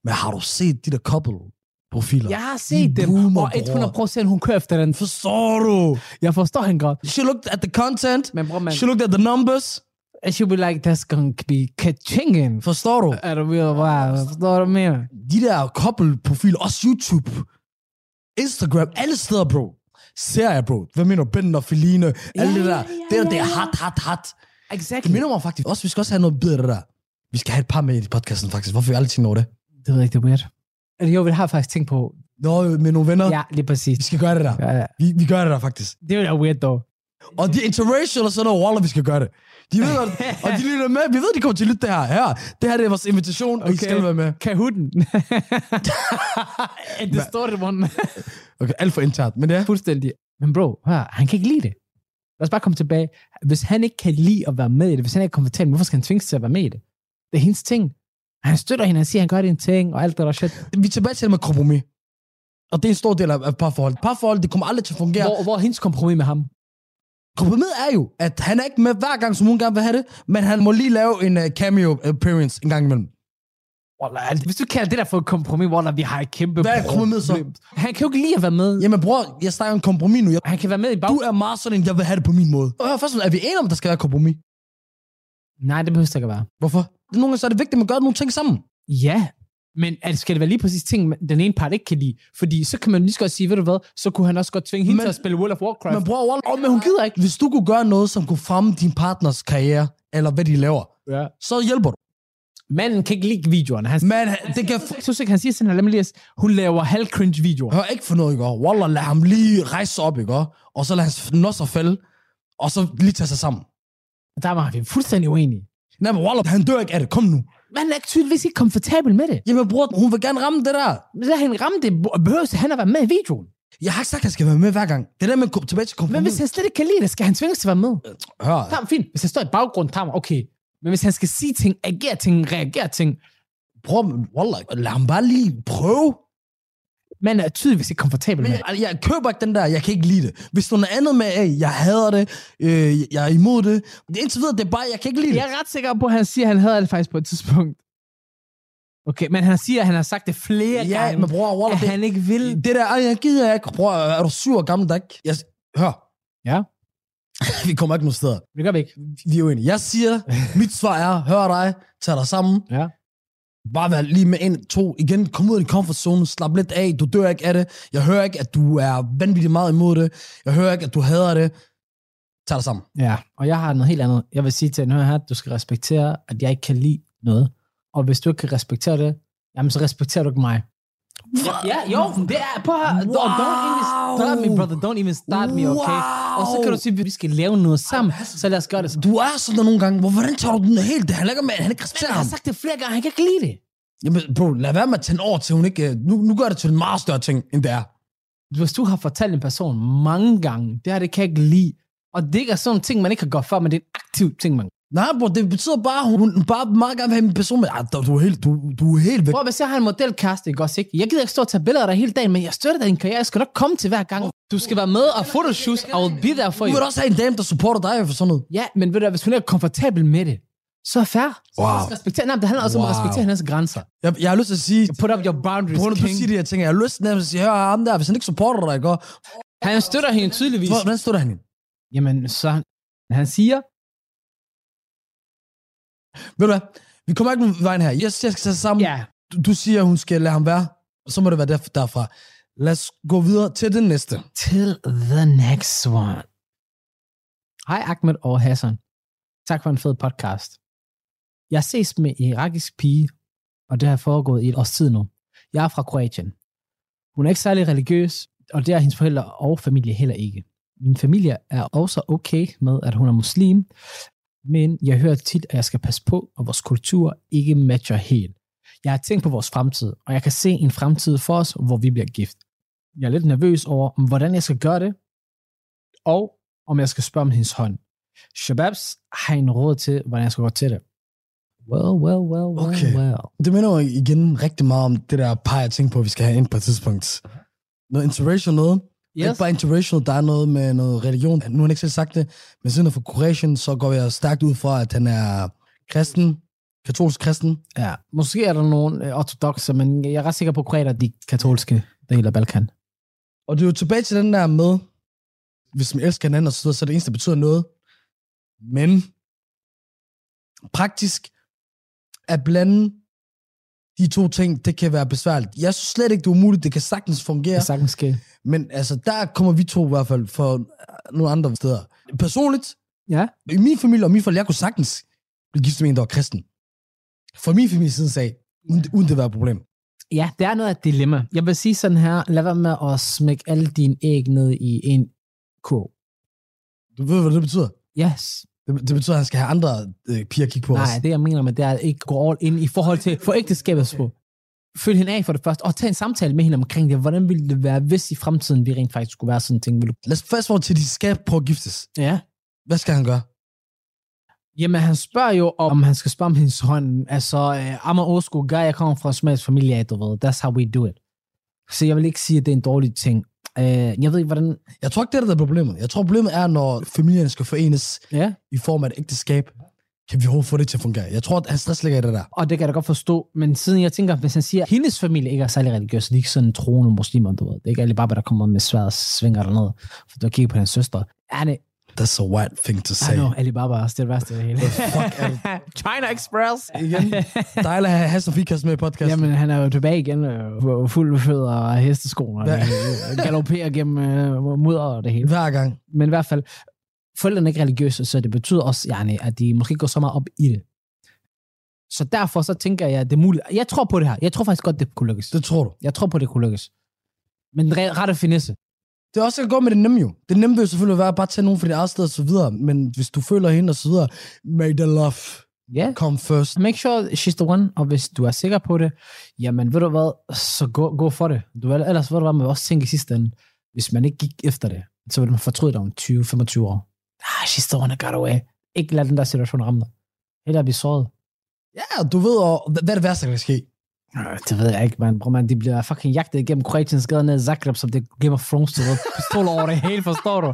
Men har du set de der couple-profiler? Jeg har set De dem, boomer, og bror. 100% hun kører efter den. Forstår du? Jeg forstår hende godt. She looked at the content. Men bror, man, She looked at the numbers. and she'll be like, that's gonna be ka-chingin. Forstår du? Er du ved at være, forstår du hvad jeg mener? De der couple-profiler, også YouTube, Instagram, alle steder, bro. Ser jeg, bro. Hvad mener du? Ben og Feline, alle Ja, det ja, der. ja, det der, det er ja, ja. hot, hot, hot. Det Exactly. minder mig faktisk også, vi skal også have noget bedre der. Vi skal have et par med i podcasten faktisk. Hvorfor har vi aldrig tænkt over det? Det ved jeg ikke, det er weird. Eller jo, det har jeg faktisk tænkt på. Nå, med nogle venner. Ja, lige præcis. Vi skal gøre det der. Ja, ja. Vi, vi gør det der faktisk. Det er weird, dog. Og de er interracial og sådan noget, Waller, vi skal gøre det. De ved, at, og de lytter med. Vi ved, de kommer til at lytte det her. her. Det her det er vores invitation, okay. og I Okay. skal være med. Kahooten. En distorted one. Okay, alt for internt, men ja. Fuldstændig. Men bro, hør, han kan ikke lide det. Lad os bare komme tilbage. Hvis han ikke kan lide at være med i det, hvis han ikke er komfortabel, hvorfor skal han tvinges til at være med i det? Det er hendes ting. Han støtter hende, han siger, han gør det en ting, og alt det der shit. Vi er tilbage til det med kompromis. Og det er en stor del af af parforhold. Parforhold, det kommer aldrig til at fungere. Hvor, hvor er hendes kompromis med ham? Kompromis er jo, at han er ikke med hver gang, som hun gerne vil have det, men han må lige lave en uh, cameo appearance en gang imellem. Wallah, altså, hvis du kalder det der for et kompromis, Wallah, vi har et kæmpe Hvad er et kompromis så? problem. Han kan jo ikke lide at være med. Jamen bror, jeg snakker om kompromis nu. Jeg Han kan være med i bag... Du er meget sådan en, jeg vil have det på min måde. Og hør først, er vi enige om, at der skal være kompromis? Nej, det behøver det ikke at være. Hvorfor? Nogle gange så er det vigtigt, at man gør nogle ting sammen. Ja, men at skal det være lige præcis ting, den ene part ikke kan lide? Fordi så kan man lige så godt sige, ved du hvad, så kunne han også godt tvinge hende Men- til at spille World of Warcraft. Men bror, Wall- oh, men hun gider ikke. Hvis du kunne gøre noget, som kunne fremme din partners karriere, eller hvad de laver, ja. så hjælper du. Manden kan ikke lide videoerne. Han, Men øh, det kan... F- jeg synes ikke, han siger sådan her, lad mig lige at- hun laver halv cringe videoer. Hør ikke for noget, ikke? Waller, lad ham lige rejse sig op, ikke? Og så lad hans nosser falde, og så lige tage sig sammen. Der var vi fuldstændig uenige. Nej, men Waller, han dør ikke af det. Kom nu. Man er tydeligvis ikke komfortabel med det. Jamen bror, hun vil gerne ramme det der. Men Lad hende ramme det, behøver han at være med i videoen. Jeg har ikke sagt, at jeg skal være med hver gang. Det der med at gå tilbage til Men hvis kompromis. han slet ikke kan lide det, skal han tvinges til at være med. Hør, Tam, fint. Hvis han står i baggrunden, tam, okay. Men hvis han skal sige ting, agere ting, reagere ting, bror, Waller, lad ham bare lige prøve. man er tydeligvis ikke komfortabel med. Men jeg, jeg køber ikke den der, jeg kan ikke lide det. Hvis du er noget andet med, hey, jeg hader det, øh, jeg er imod det. det er Indtil videre, det er bare, jeg kan ikke lide Jeg det. er ret sikker på, at han siger, at han havde det faktisk på et tidspunkt. Okay, men han siger, at han har sagt det flere ja, gange, men bror, Waller, at det, han ikke vil. det der, ej, jeg gider ikke. Bror, er du syv år gammel, der ikke? Jeg, hør. Ja. vi kommer ikke nogen steder. Det gør vi ikke. Vi er uenige. Jeg siger, mit svar er, hør dig, tag dig sammen. Ja. Bare vær lige med en, to. Igen, kom ud af din comfort zone, slap lidt af, du dør ikke af det. Jeg hører ikke, at du er vanvittigt meget imod det. Jeg hører ikke, at du hader det. Tag dig sammen. Ja, og jeg har noget helt andet. Jeg vil sige til hende her, at du skal respektere, at jeg ikke kan lide noget. Og hvis du ikke kan respektere det, jamen så respekterer du ikke mig. Ja, jo, det er på her. Wow. Don't even start me, brother. Don't even start me, okay? Og så kan du sige, at vi skal lave noget sammen, så lad os gøre det sammen. Du er sådan der nogle gange. Hvor, hvordan tager du den helt? Det handler ikke om, at han ikke respekterer Jeg har ham. sagt det flere gange, han kan ikke lide det. Jamen, bro, lad være med at tænde over til, hun ikke... øh, Nu, nu gør det til en meget større ting, end det er. Hvis du har fortalt en person mange gange, det her, det kan jeg ikke lide. Og det ikke er sådan en ting, man ikke kan gå for, men det er en aktiv ting, man Nej, bro, det betyder bare, hun, hun bare meget gerne vil have en person med. Ej, du er helt, du, du er helt væk. Prøv, hvis jeg har en modelkæreste, ikke også, ikke? Jeg gider ikke stå og tage billeder af dig hele dagen, men jeg støtter din karriere. Jeg skal nok komme til hver gang. Du skal være med og fotoshoots. I will be there for Du you. vil også have en dame, der supporter dig for sådan noget. Ja, men ved du, hvad, hvis hun ikke er komfortabel med det, så fair. Så Wow. wow. Respektere, nej, men det handler også wow. om at Wow. respektere hendes grænser. Jeg, jeg har lyst til at sige, Put up your boundaries, på grund af, du king. siger de her ting, jeg har lyst til nærmest at sige, hør ham der, hvis han ikke supporter dig, ikke? også? Han støtter hende tydeligvis. Hvor- Hvordan stod der han hende? Jamen, så han, han siger, Ved du hvad? Vi kommer ikke nogen vejen her. Jeg siger, jeg skal tage sammen. ja, Du, du siger, hun skal lade ham være. Så må det være derf- derfra. Lad os gå videre til den næste. till the next one. Hej Ahmed og Hassan. Tak for en fed podcast. Jeg ses med en irakisk pige, og det har foregået i et års tid nu. Jeg er fra Kroatien. Hun er ikke særlig religiøs, og det er hendes forældre og familie heller ikke. Min familie er også okay med, at hun er muslim, men jeg hører tit, at jeg skal passe på, og vores kultur ikke matcher helt. Jeg har tænkt på vores fremtid, og jeg kan se en fremtid for os, hvor vi bliver gift. Jeg er lidt nervøs over, hvordan jeg skal gøre det, og om jeg skal spørge om hendes hånd. Shababs har en råd til, hvordan jeg skal gå til det. Well, well, well, well, Okay. well. Det minder jo igen rigtig meget om det der par, jeg tænkte på, vi skal have ind på et tidspunkt. Noget interracial noget. Yes. Ikke bare interracial, der er noget med noget religion. Nu har han ikke selv sagt det, men siden for Kroatien, så går jeg stærkt ud fra, at han er kristen, katolsk kristen. Ja, måske er der nogle øh, ortodoxe, men jeg er ret sikker på, at kroater er de katolske del af Balkan. Og det er jo tilbage til den der med, hvis man elsker hinanden og så videre, så er det eneste, der betyder noget. Men praktisk at blande de to ting, det kan være besværligt. Jeg synes slet ikke, det er umuligt. Det kan sagtens fungere. Ja. Det sagtens ske. Men altså, der kommer vi to i hvert fald for nogle andre steder. Personligt, Ja. i min familie og min forældre, jeg kunne sagtens blive gift med en, der var kristen. For min familie siden sag, uden, uden det var et problem. Ja, det er noget af et dilemma. Jeg vil sige sådan her, lad være med at smække alle dine æg ned i en kurv. Du ved, hvad det betyder? Yes. Det, det betyder, at han skal have andre øh, piger at kigge på os. Nej, det jeg mener med, det er at ikke gå all in i forhold til for ægteskabet på. Følg hende af for det første, og tag en samtale med hende omkring det. Hvordan ville det være, hvis i fremtiden vi rent faktisk skulle være sådan en ting? Vil du... Lad os fast være til, at de skal prøve at giftes. Ja. Hvad skal han gøre? Jamen, han spørger jo, om han skal spørge om hendes hånd. Altså, uh, I'm an old school guy, jeg kommer fra en smags familie, du ved. That's how we do it. Så jeg vil ikke sige, at det er en dårlig ting. Uh, jeg ved ikke, hvordan... Jeg tror ikke, det er det, der er problemet. Jeg tror, problemet er, når familierne skal forenes Ja. i form af et ægteskab, kan vi overhovedet få det til at fungere. Jeg tror, at hans stress ligger i det der. Og det kan jeg da godt forstå, men siden jeg tænker, hvis han siger, at hendes familie ikke er særlig religiøs, de er ikke sådan troende muslimer, du ved. Det er ikke alle bare, der kommer med sværet og svinger dernede, for du har kigget på hans søster. Er det, That's a white thing to I say. know, Alibaba er også det værste af det hele. Fuck, er det China Express! igen? Dejligt at have Hassan Fikas med i podcasten. Jamen, han er jo tilbage igen, øh, på fuld fødder og hesteskoene, og det Hva- hele. galopperer gennem øh, mudder og det hele. Hver gang. Men i hvert fald, forældrene er ikke religiøse, så det betyder også, yani, at de måske ikke går så meget op i det. Så derfor så tænker jeg, at det er muligt. Jeg tror på det her. Jeg tror faktisk godt, det kunne lykkes. Det tror du. Jeg tror på, det kunne lykkes. Men den re- rette finesse. Det er også at gå med det nemme jo. Det nemme vil jo selvfølgelig være at bare tage nogen fra dit eget sted og så videre. Men hvis du føler hende og så videre, make the love Ja. come first. Make sure she's the one, og hvis du er sikker på det, jamen ved du hvad, så gå, gå for det. Du, er- ellers ved du hvad, man vil også tænke i sidste ende, hvis man ikke gik efter det, så vil man fortryde dig om 20-25 år. Ah, she's the one that got away. Ikke lad den der situation ramme dig. Eller blive såret. Ja, du ved, og, hvad er det værste, der kan ske? Øh, Det ved jeg ikke, man. Bro, man, de bliver fucking jagtet igennem Kroatiens gader ned i Zagreb, som det er Game of Thrones, du ved. Pistoler over det hele, forstår du?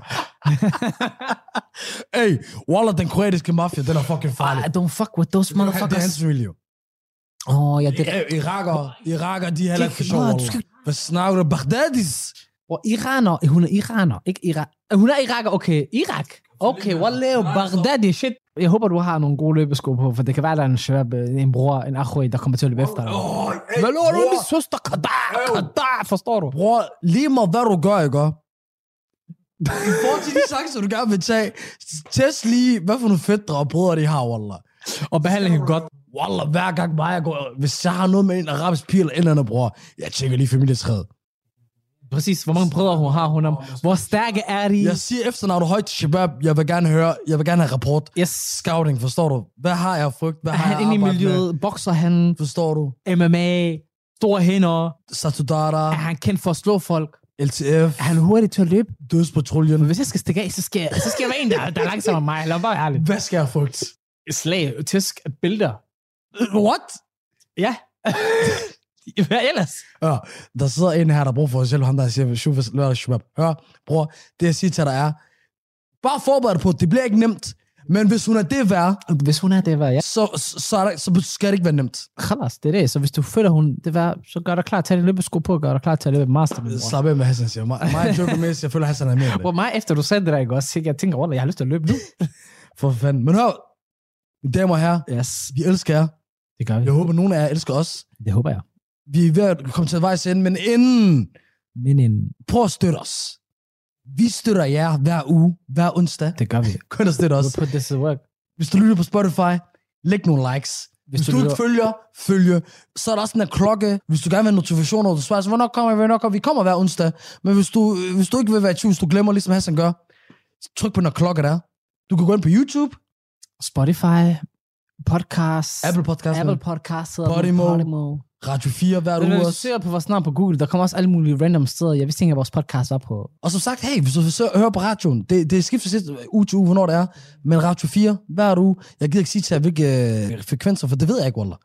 Hey, Waller, den kroatiske mafia, den er fucking farlig. I Ah, don't fuck with those Det er motherfuckers. hans familie jo. Åh, oh, ja, det er Øh, Irakere, Irakere, de er heller ikke for Det- sjov. Nå, du Wallah. skal- Hvad snakker du? Baghdadis? Og iraner, hun er iraner, ikke Irak. Hun er iraker, okay. Irak. Okay, wallah, Baghdadi, shit. Jeg håber, du har nogle gode løbesko på, for det kan være, der er en shabab, en bror, en akhoi, der kommer til at løbe efter dig. Åh, Hvad hey, laver du, bror. min søster? Kadar, kadar, forstår du? Bror, lige meget hvad du gør, ikke? I forhold til de chancer, du gerne vil tage, test lige, hvad for nogle fædre og brødre de har, Wallah. Og behandle hende godt. Wallah, hver gang bare jeg går, hvis jeg har noget med en arabisk pige eller en eller anden, bror, jeg tjekker lige familietræet. Præcis, hvor mange brødre hun har, hun om. Hvor stærke er de? Jeg siger efternavnet højt til Shabab, jeg vil gerne høre, jeg vil gerne have rapport. yes. Scouting, forstår du? Hvad har jeg frygt? Hvad Er han har jeg inde i arbejdet miljøet? Bokser han? med? Forstår du? MMA? Store hænder? Satudara, Er han kendt for at slå folk? LTF, Er han hurtig til at løbe? dødspatruljen. Men hvis jeg skal stikke af, så skal, jeg, så skal jeg være en, der, der er langsommere end mig. Lad mig bare være ærlig. Hvad skal jeg frygte? slag, tysk, bælter. What? Ja. Hvad ellers? Hør, der sidder en her, der bruger for sig selv, ham der siger, Shufas, lad os Hør, bror, det jeg siger til dig er, bare forbered dig på, at det bliver ikke nemt, Men hvis hun er det værd, Hvis hun er det værd, ja. så, så, så, er der, så skal det ikke være nemt. Khalas, det er det. Så hvis du føler, hun det værd, så gør dig klar til at løbesko på, og gør dig klar til at løbe master. min bror. Slap af med Hassan, siger jeg. Mig- Mig og Joker Mace, jeg føler, Hassan er med. Hvor mig efter du sagde det der, ikke også? ikke? Jeg tænker, "Wallah, jeg har lyst til at løbe nu. For fanden. Men hør, mine damer og herrer, Yes, vi elsker jer. det gør vi. Jeg håber, nogen af jer elsker os. Det håber jeg. Vi er ved at komme til vejs ende, men inden, Men en, prøv at støtte os. Vi støtter jer hver uge, hver onsdag. det gør vi. Kun at støtte os. We'll put this to work. Hvis du lytter på Spotify, læg nogle likes. Hvis, Hvis du du, du ikke lytter- følger, følge. Så er der også den her klokke. Hvis du gerne vil have notifikationer, og du spørger, hvornår kommer vi, hvornår kommer vi? Vi kommer hver onsdag. Men hvis du, hvis du ikke vil være i tvivl, hvis du glemmer, ligesom Hassan gør, så tryk på den her klokke der. Du kan gå ind på YouTube, Spotify, podcast, Apple Podcast, Apple Podcast, hedder den, Podimo. Podimo. Radio 4 hver Og når uge du også. søger på vores navn på Google, der kommer også alle mulige random steder. Jeg vidste ikke, at vores podcast var på. Og som sagt, hey, hvis du så hører på radioen, det, det skifter sidst uge til uge, hvornår det er, men Radio 4 hver uge, jeg gider ikke sige til jer, hvilke øh, frekvenser, for det ved jeg ikke, Wallah.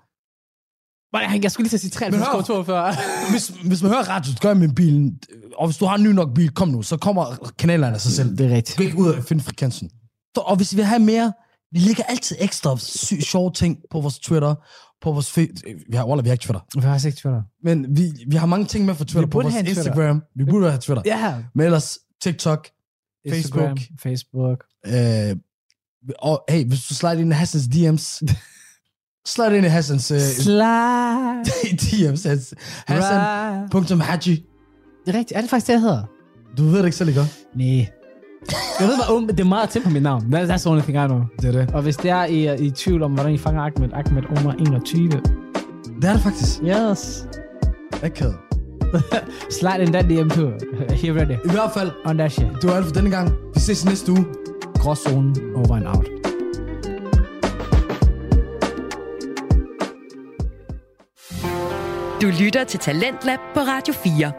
Nej, jeg skulle lige til at sige 93,42. Hvis, hvis man hører radio, så gør jeg med bilen, og hvis du har en ny nok bil, kom nu, så kommer kanalerne af sig selv. Det er Du rigtigt. kan ikke ud og finde frekvensen. Så, og hvis vi vil have mere, vi lægger altid ekstra sy- sjove ting på vores Twitter, på vores... Fe- vi har, Wallah, vi har ikke Twitter. Vi har ikke Twitter. Men vi, vi har mange ting med fra Twitter, på burde vores have en Twitter. Instagram. Vi burde have Twitter. Ja. Men ellers TikTok, Instagram, Facebook, Facebook. Øh, og hey, hvis du slider ind i Hassans DM's, slide ind i Hassans øh, Slide. DM's, Hass- Hassan. Right. Punktum Haji. Det er rigtigt. Er det faktisk det, jeg hedder? Du ved det ikke selv, ikke? Nej. Jeg ved, hvor ung, det er meget til på mit navn. That, that's the only thing I know. Det er det. Og hvis det er, I er i tvivl om, hvordan I fanger Ahmed, Ahmed under 21. Det er det faktisk. Yes. Akavet. Slide in that DM too. He ready. I hvert fald, On that shit. det var alt for denne gang. Vi ses næste uge. Gråzonen over and out. Du lytter til Talentlab på Radio 4.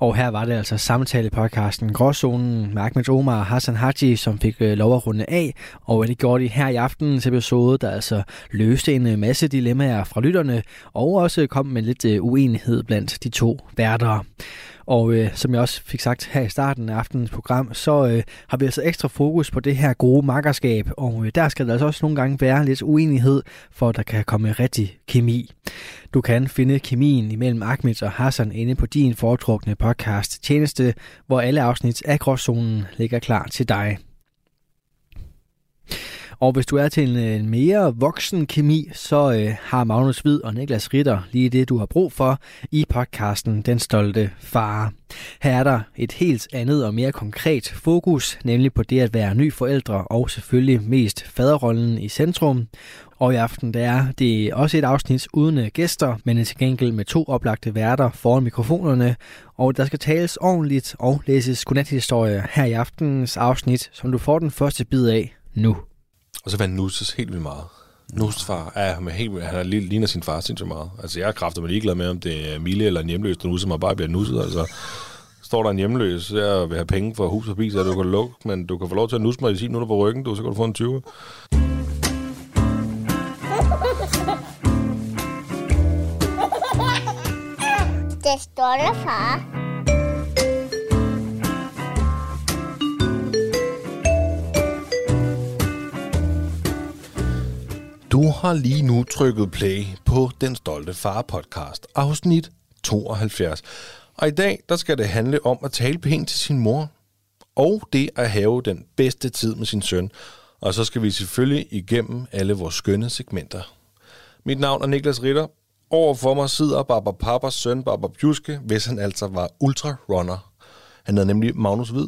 Og her var det altså samtale-podcasten Gråzonen med Ahmed Omar og Hassan Haji, som fik øh, lov at runde af. Og det gjorde de her i aftenens episode, der altså løste en øh, masse dilemmaer fra lytterne, og også kom med lidt øh, uenighed blandt de to værter. Og øh, som jeg også fik sagt her i starten af aftenens program, så øh, har vi altså ekstra fokus på det her gode makkerskab, og øh, der skal der altså også nogle gange være lidt uenighed, for at der kan komme rigtig kemi. Du kan finde kemien imellem Ahmed og Hassan inde på din foretrukne podcast Tjeneste, hvor alle afsnit af Gråzonen ligger klar til dig. Og hvis du er til en, øh, en mere voksen kemi, så øh, har Magnus Hvid og Niklas Ritter lige det, du har brug for i podcasten Den Stolte Far. Her er der et helt andet og mere konkret fokus, nemlig på det at være ny forældre og selvfølgelig mest faderrollen i centrum. Og i aften der er det også et afsnit uden øh, gæster, men til gengæld med to oplagte værter foran mikrofonerne. Og der skal tales ordentligt og læses godnathistorie her i aftenens afsnit, som du får den første bid af nu. Og så vil han nuses helt vildt meget. Nus far. Ja, han, er helt, vildt- han er, li- ligner sin far sindssygt meget. Altså, jeg er kraftet mig ligeglad med, om det er Mille eller en hjemløs, der nusser mig bare bliver nusset. Altså, står der en hjemløs, jeg vil have penge for hus og bil, så du kan lukke, men du kan få lov til at nusse mig i 10 minutter på ryggen, du, så kan du få en 20. Det stolte far. Du har lige nu trykket play på Den Stolte Far podcast, afsnit 72. Og i dag, der skal det handle om at tale pænt til sin mor, og det at have den bedste tid med sin søn. Og så skal vi selvfølgelig igennem alle vores skønne segmenter. Mit navn er Niklas Ritter. Overfor mig sidder Baba Papas søn, Baba Pjuske, hvis han altså var ultrarunner. Han hedder nemlig Magnus Hvid.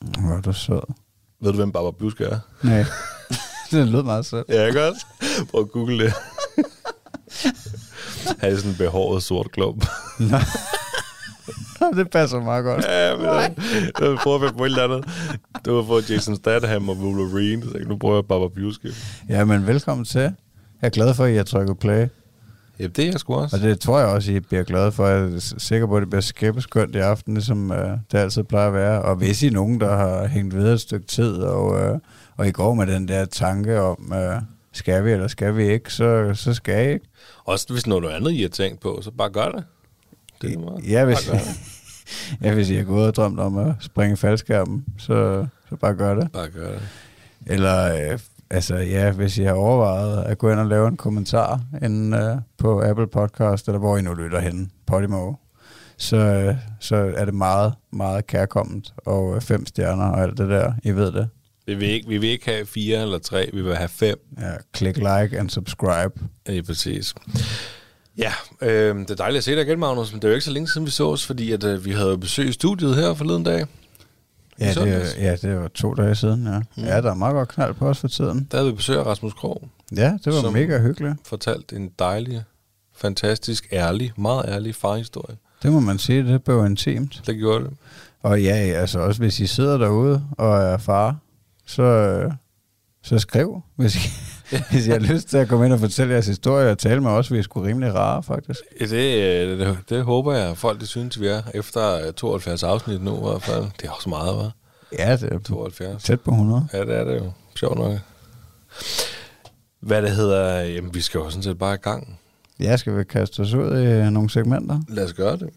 Hvor er du sød. Ved du, hvem Baba Pjuske er? Nej. det lød meget sødt. Ja, ikke også? Prøv at google det. Han er sådan en behåret sort klump. det passer meget godt. ja, men jeg, jeg prøver at finde på et eller andet. Du har fået Jason Statham og Wolverine, så nu prøver jeg Baba Buske. Jamen, velkommen til. Jeg er glad for, at I har trykket play. Ja, det er jeg sgu også. Og det tror jeg også, I bliver glade for. Jeg er s- sikker på, at det bliver skæbeskønt i aften, ligesom øh, det altid plejer at være. Og hvis I er nogen, der har hængt videre et stykke tid, og, øh, og I går med den der tanke om, øh, skal vi eller skal vi ikke, så, så skal I ikke. Også hvis noget andet, I har tænkt på, så bare gør det. Det er meget. Ja, hvis, Bare gør det. ja, hvis I har gået og drømt om at springe i faldskærmen, så, så bare gør det. Bare gør det. Eller, øh, altså ja, hvis I har overvejet at gå ind og lave en kommentar inden, øh, på Apple Podcast, eller hvor I nu lytter henne, Podimo, så, øh, så er det meget, meget kærkommet, og øh, fem stjerner og alt det der, I ved det. Vi vil, ikke, vi vil ikke have fire eller tre, vi vil have fem. Ja, klik like and subscribe. Ja, præcis. Ja, øh, det er dejligt at se dig igen, Magnus. Men det er jo ikke så længe siden, vi sås, fordi at, øh, vi havde jo besøg i studiet her forleden dag. I Ja, søndags. det, ja, det var to dage siden, ja. Mm. Ja, der er meget godt knald på os for tiden. Der havde vi besøg af Rasmus Krog. Ja, det var Som- Som... mega hyggeligt. Fortalt en dejlig, fantastisk, ærlig, meget ærlig farhistorie. Det må man sige, det blev intimt. Det gjorde det. Og ja, altså også hvis I sidder derude og er far, så, øh, så skriv, hvis I, hvis I har lyst til at komme ind og fortælle jeres historie og tale med os. Vi er sgu rimelig rare, faktisk. Ja, Det, øh, det, det håber jeg, at folk det synes, vi er. Efter øh, 72 afsnit nu i hvert fald. Det er også meget, hva'? Ja, det er 72. tæt på 100. Ja, det er det jo. Sjovt nok. Hvad det hedder, jamen vi skal jo sådan set bare i gang. Jeg skal vi kaste os ud i nogle segmenter. Lad os gøre det.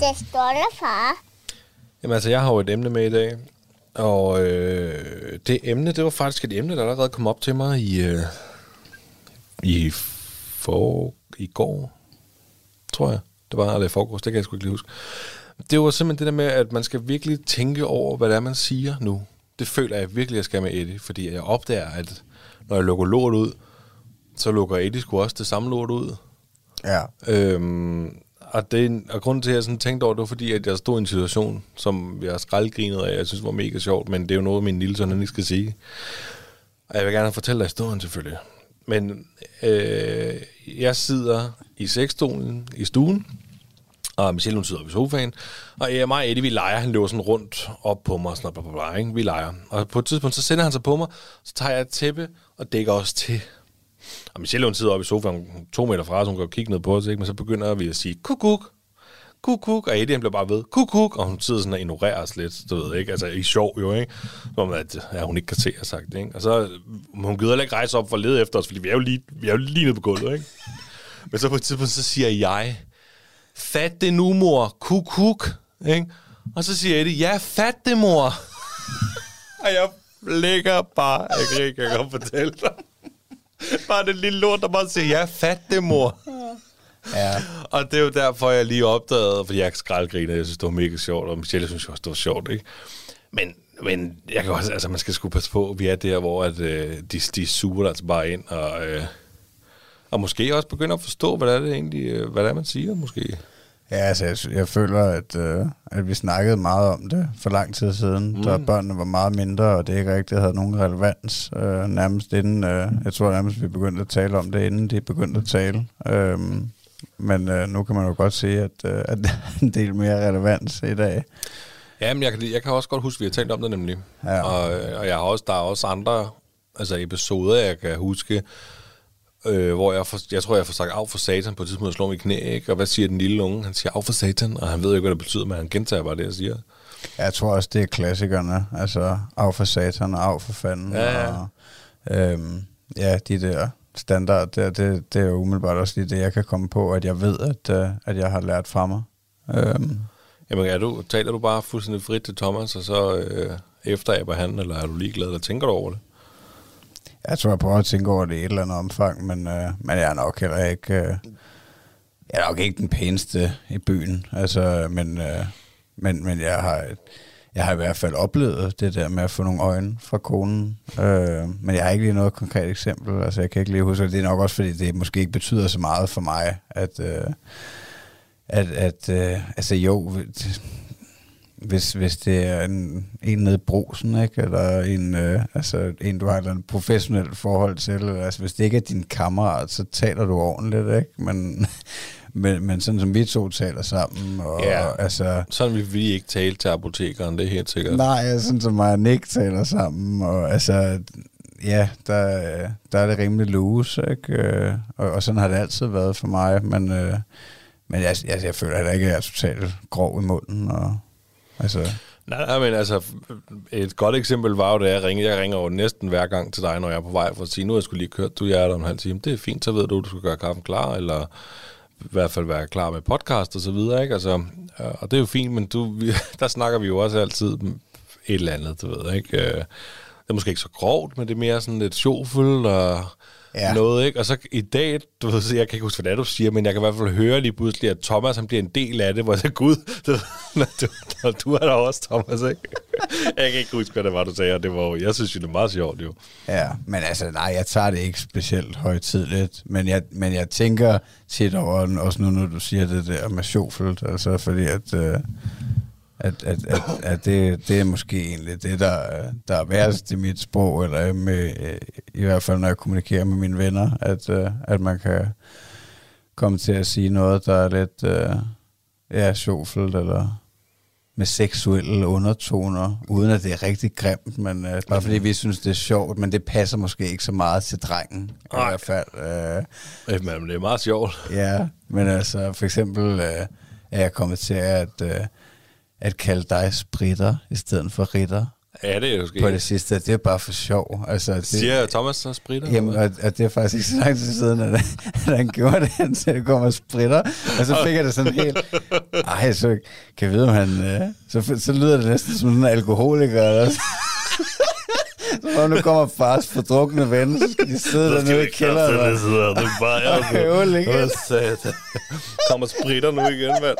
Det stolte far. Jamen altså, jeg har jo et emne med i dag, og øh, det emne, det var faktisk et emne, der allerede kom op til mig i, øh, i, for, i går, tror jeg. Det var, eller i forgårs, det kan jeg sgu ikke lige huske. Det var simpelthen det der med, at man skal virkelig tænke over, hvad det er, man siger nu. Det føler jeg virkelig, jeg skal med Eddie, fordi jeg opdager, at når jeg lukker lort ud, så lukker Eddie sgu også det samme lort ud. Ja. Øhm, og, det, er en- og grunden til, at jeg sådan tænkte over det, var fordi, at jeg stod i en situation, som jeg skraldgrinede af, jeg synes var mega sjovt, men det er jo noget, min lille søn han ikke skal sige. Og jeg vil gerne fortælle dig historien selvfølgelig. Men øh, jeg sidder i sexstolen i stuen, og Michelle, hun sidder ved sofaen. Og ja, mig og Eddie, vi leger. Han løber sådan rundt op på mig, og sådan bla, bla, bla, ikke? Vi leger. Og på et tidspunkt, så sender han sig på mig, så tager jeg et tæppe og dækker os til. Og Michelle, hun sidder oppe i sofaen hun er to meter fra, os, hun kan jo kigge ned på os, ikke? men så begynder vi at sige, kukuk, kukuk, og Eddie, han bliver bare ved, kukuk, og hun sidder sådan og ignorerer os lidt, du ved ikke, altså i sjov jo, ikke? Som om, at ja, hun ikke kan se, har sagt det, ikke? Og så, øh, hun gider heller ikke rejse op for at lede efter os, fordi vi er jo lige, vi er jo lige nede på gulvet, ikke? Men så på et tidspunkt, så siger jeg, fat det nu, mor, kukuk, ikke? Og så siger Eddie, ja, fat det, mor. og jeg ligger bare, jeg kan ikke, jeg kan godt fortælle dig. Bare det lille lort, der bare siger, ja, fat det, mor. ja. Og det er jo derfor, jeg lige opdagede, fordi jeg skraldgriner, jeg synes, det var mega sjovt, og Michelle synes også, det var sjovt, ikke? Men, men jeg kan også, altså, man skal sgu passe på, vi er der, hvor at, øh, de, de suger dig altså bare ind, og, øh, og måske også begynde at forstå, hvad det er det egentlig, øh, hvad det er, man siger, måske. Ja, altså, jeg, sy- jeg føler, at, øh, at vi snakkede meget om det for lang tid siden, mm. da børnene var meget mindre, og det ikke rigtig havde nogen relevans. Øh, nærmest inden, øh, jeg tror nærmest, vi begyndte at tale om det, inden de begyndte at tale. Øh, men øh, nu kan man jo godt se, at, øh, at der er en del mere relevans i dag. Ja, men jeg kan, jeg kan også godt huske, at vi har talt om det nemlig. Ja. Og, øh, og jeg har også, der er også andre altså episoder, jeg kan huske, øh, hvor jeg, for, jeg tror, jeg får sagt af for satan på et tidspunkt, og slår mit knæ, ikke? Og hvad siger den lille unge? Han siger af for satan, og han ved jo ikke, hvad det betyder, men han gentager bare det, jeg siger. Jeg tror også, det er klassikerne. Altså, af for satan og af for fanden. Ja, ja. Og, øhm, ja, de der standard der, det, det er jo umiddelbart også lige det, jeg kan komme på, at jeg ved, at, øh, at jeg har lært fra mig. Øhm, Jamen, er du, taler du bare fuldstændig frit til Thomas, og så øh, efteraber han, eller er du ligeglad, eller tænker du over det? jeg tror, jeg prøver at tænke over det i et eller andet omfang, men, øh, men jeg er nok heller ikke... Øh, jeg er nok ikke den pæneste i byen, altså, men, øh, men, men jeg, har, jeg har i hvert fald oplevet det der med at få nogle øjne fra konen, øh, men jeg har ikke lige noget konkret eksempel, altså jeg kan ikke lige huske, og det er nok også, fordi det måske ikke betyder så meget for mig, at, øh, at, at øh, altså jo, hvis, hvis det er en, en nede i brosen, ikke? eller en, øh, altså, en, du har et eller andet professionelt forhold til, eller, altså, hvis det ikke er din kammerat, så taler du ordentligt, ikke? Men, men, men sådan som vi to taler sammen, og, Ja. og altså, Sådan vil vi ikke tale til apotekeren, det er helt sikkert. nej, jeg sådan som mig og Nick taler sammen, og altså, ja, der, øh, der er det rimelig loose, ikke? Øh, Og, og sådan har det altid været for mig, men, øh, men jeg, jeg, jeg føler heller ikke, at jeg er totalt grov i munden, og altså... Nej, nej, men altså, et godt eksempel var jo, da jeg ringede. Jeg ringer jo næsten hver gang til dig, når jeg er på vej for at sige, nu har jeg skulle lige kørt, du jeg er der om en halv time. Det er fint, så ved du, du skal gøre kaffen klar, eller i hvert fald være klar med podcast og så videre, ikke? Altså, øh, og det er jo fint, men du, vi, der snakker vi jo også altid et eller andet, du ved, ikke? Øh, det er måske ikke så grovt, men det er mere sådan lidt sjovfuldt og ja. Ja. noget, ikke? Og så i dag, du ved, så jeg kan ikke huske, hvad det er, du siger, men jeg kan i hvert fald høre lige pludselig, at Thomas, han bliver en del af det, hvor jeg sagde, gud, det, når du, når du er der også, Thomas, ikke? Jeg kan ikke huske, hvad det var, du sagde, og det var jo, jeg synes jo, det er meget sjovt, jo. Ja, men altså, nej, jeg tager det ikke specielt højtidligt, men jeg, men jeg tænker tit over den, også nu, når du siger det der med sjovfuldt, altså, fordi at, øh, at, at, at, at det, det er måske egentlig det, der, øh, der er værst i mit sprog, eller med, øh, i hvert fald, når jeg kommunikerer med mine venner, at, øh, at man kan komme til at sige noget, der er lidt øh, ja, sjovfuldt, eller med seksuelle undertoner, uden at det er rigtig grimt, men øh, bare fordi vi synes, det er sjovt, men det passer måske ikke så meget til drengen, Ej. i hvert fald. Øh, Øh, Men det er meget sjovt. ja, men altså, for eksempel øh, er jeg kommet til at, øh, at kalde dig spritter i stedet for ritter Ja, det er jo på sket. det sidste, og det er bare for sjov. Altså, det, Siger Thomas så spritter? Jamen, og, og det er faktisk ikke så lang tid siden, at, at han gjorde det, han sagde, kom og spritter, og så fik jeg det sådan helt, ej, så kan jeg vide, om han, øh, så, så lyder det næsten som sådan en alkoholiker, eller så, så nu kommer fars fordrukne venner, så skal de sidde dernede i kælderen, og, sidder du bare Okay, øl igen. Hvad sagde jeg? Kommer spritter nu igen, mand.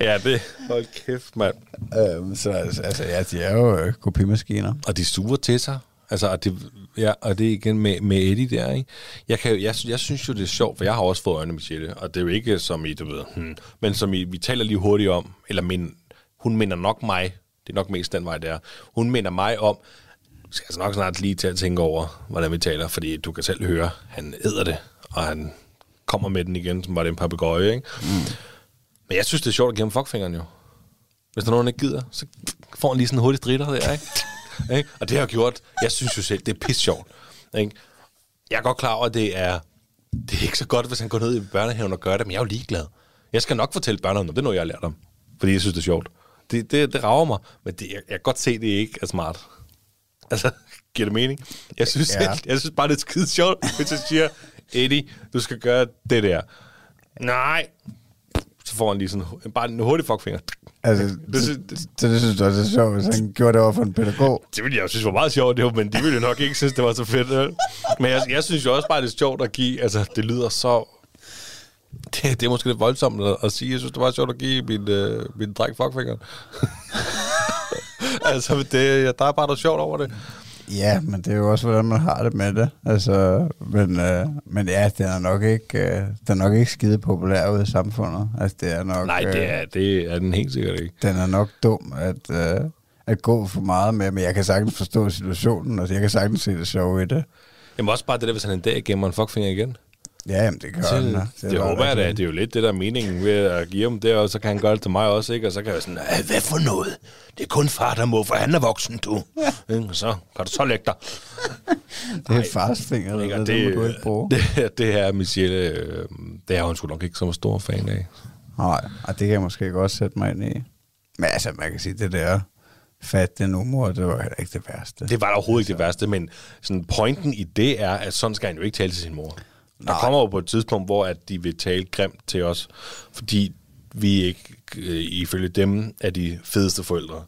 Ja, det. Hold kæft, mand. øhm, så altså, altså, ja, de er jo øh, kopimaskiner. Og de suger til sig. Altså, og det, ja, og det er igen med, med Eddie der, ikke? Jeg, kan, jo- jeg, jeg synes jo, det er sjovt, for jeg har også fået øjne med Michelle, og det er jo ikke som I, du ved, hmm, men som I, vi taler lige hurtigt om, eller min, hun minder nok mig, det er nok mest den vej, det er, hun minder mig om, skal altså nok snart lige til at tænke over, hvordan vi taler, fordi du kan selv høre, han æder det, og han kommer med den igen, som var det en papegøje, ikke? Mm. Men jeg synes, det er sjovt at give ham fuckfingeren jo. Hvis der er nogen, der ikke gider, så får han lige sådan en hurtig stritter der, ikke? ikke? Og det har jeg gjort. Jeg synes jo selv, det er pisse sjovt. Ikke? Jeg er godt klar over, at det er, det er ikke så godt, hvis han går ned i børnehaven og gør det, men jeg er jo ligeglad. Jeg skal nok fortælle børnehaven, om det er noget, jeg har lært om. Fordi jeg synes, det er sjovt. Det, det, det rager mig, men det, jeg, jeg kan godt se, det ikke er smart. Altså, giver det mening? Jeg synes, ja. Ja. jeg, jeg synes bare, det er skide sjovt, hvis jeg siger, Eddie, du skal gøre det der. Nej. Så får han lige sådan hu- bare en hurtig fuckfinger. Altså, Det det, sy- det, så det synes du også er sjovt, hvis han gjorde det over for en pædagog. Det ville jeg jo synes var meget sjovt, det var, men de ville jo nok ikke synes, det var så fedt. vel? Men jeg, jeg synes jo også bare, det er sjovt at give, altså det lyder så... Det, det er måske lidt voldsomt at, at sige, jeg synes, det var sjovt at give min, øh, min dreng fuckfinger. altså, men det, der er bare noget sjovt over det. Ja, men det er jo også, hvordan man har det med det. Altså, men, øh, men ja, den er nok ikke, øh, den er nok ikke skide populær ude i samfundet. Altså, det er nok, Nej, det øh, er, det er den helt sikkert ikke. den er nok dum at, øh, at gå for meget med, men jeg kan sagtens forstå situationen, altså jeg kan sagtens se det sjove i det. Jamen også bare det der, hvis han en dag gemmer en fuckfinger igen. Ja, jamen, det kan Så, den, da. det, er det bare håber jeg da. rigtigt. Det er jo lidt det, der er meningen ved at give ham det, og så kan han gøre det til mig også, ikke? Og så kan jeg sådan, "Ej, hvad for noget? Det er kun far, der må, for han er voksen, du. Ikke? så kan du så lægge dig. Det er fars finger, det, Ikke? det, Og det, må du ikke bruge. Det. det, det her, Michelle, øh, det er hun sgu nok ikke så stor fan af. Nej, og det kan jeg måske godt sætte mig ind i. Men altså, man kan sige, det der fat, den humor, det var heller ikke det værste. Det var da overhovedet ikke det værste, men sådan pointen i det er, at sådan skal han jo ikke tale til sin mor. Der Nej. kommer jo på et tidspunkt, hvor at de vil tale grimt til os, fordi vi ikke, øh, ifølge dem, er de fedeste forældre,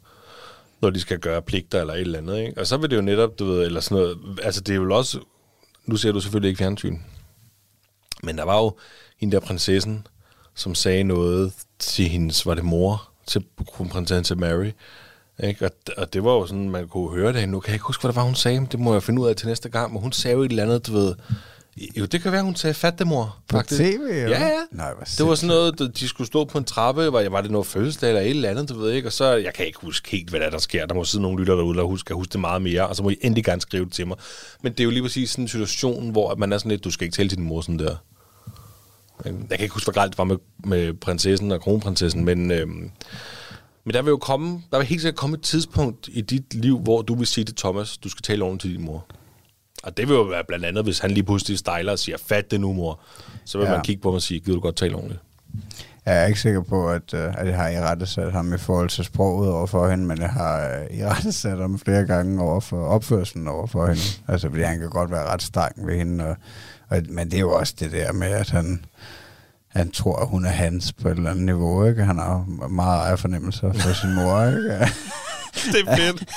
når de skal gøre pligter eller et eller andet. Ikke? Og så vil det jo netop, du ved, eller sådan noget, altså det er jo også, nu ser du selvfølgelig ikke fjernsyn, men der var jo hende der prinsessen, som sagde noget til hendes, var det mor, til kronprinsessen til Mary. Ikke? Og, og, det var jo sådan, man kunne høre det. Nu kan jeg ikke huske, hvad det var, hun sagde, men det må jeg finde ud af til næste gang. Men hun sagde jo et eller andet, du ved. Jo, det kan være, hun sagde fat det, mor. På faktisk. TV, eller? Ja, ja. Nej, hvor det var sådan noget, du- de skulle stå på en trappe, var, var det noget fødselsdag eller et eller andet, du ved ikke, og så, jeg kan ikke huske helt, hvad der, er, der sker, der må sidde nogle lytter derude, der husker, huske det meget mere, og så må I endelig gerne skrive det til mig. Men det er jo lige præcis sådan en situation, hvor man er sådan lidt, du skal ikke tale til din mor sådan der. Øhm, Jeg kan ikke huske, hvor galt det var med, med prinsessen og kronprinsessen, men, øhm, men der vil jo komme, der vil helt sikkert komme et tidspunkt i dit liv, hvor du vil sige til Thomas, du skal tale ordentligt til din mor. Og det vil jo være blandt andet, hvis han lige pludselig stejler og siger, fat det nu, mor. Så vil ja. Ja. man kigge på mig og sige, gider du godt tale ordentligt? Jeg er ikke sikker på, at, øh, at jeg har i rette sat ham i forhold til sproget overfor hende, men jeg har øh, i rette sat ham flere gange over for opførselen overfor hende. Altså, fordi han kan godt være ret streng ved hende. Og, og, men det er jo også det der med, at han, han tror, at hun er hans på et eller andet niveau, ikke? Han har jo meget ejerfornemmelser for sin mor, ikke? Det er fedt.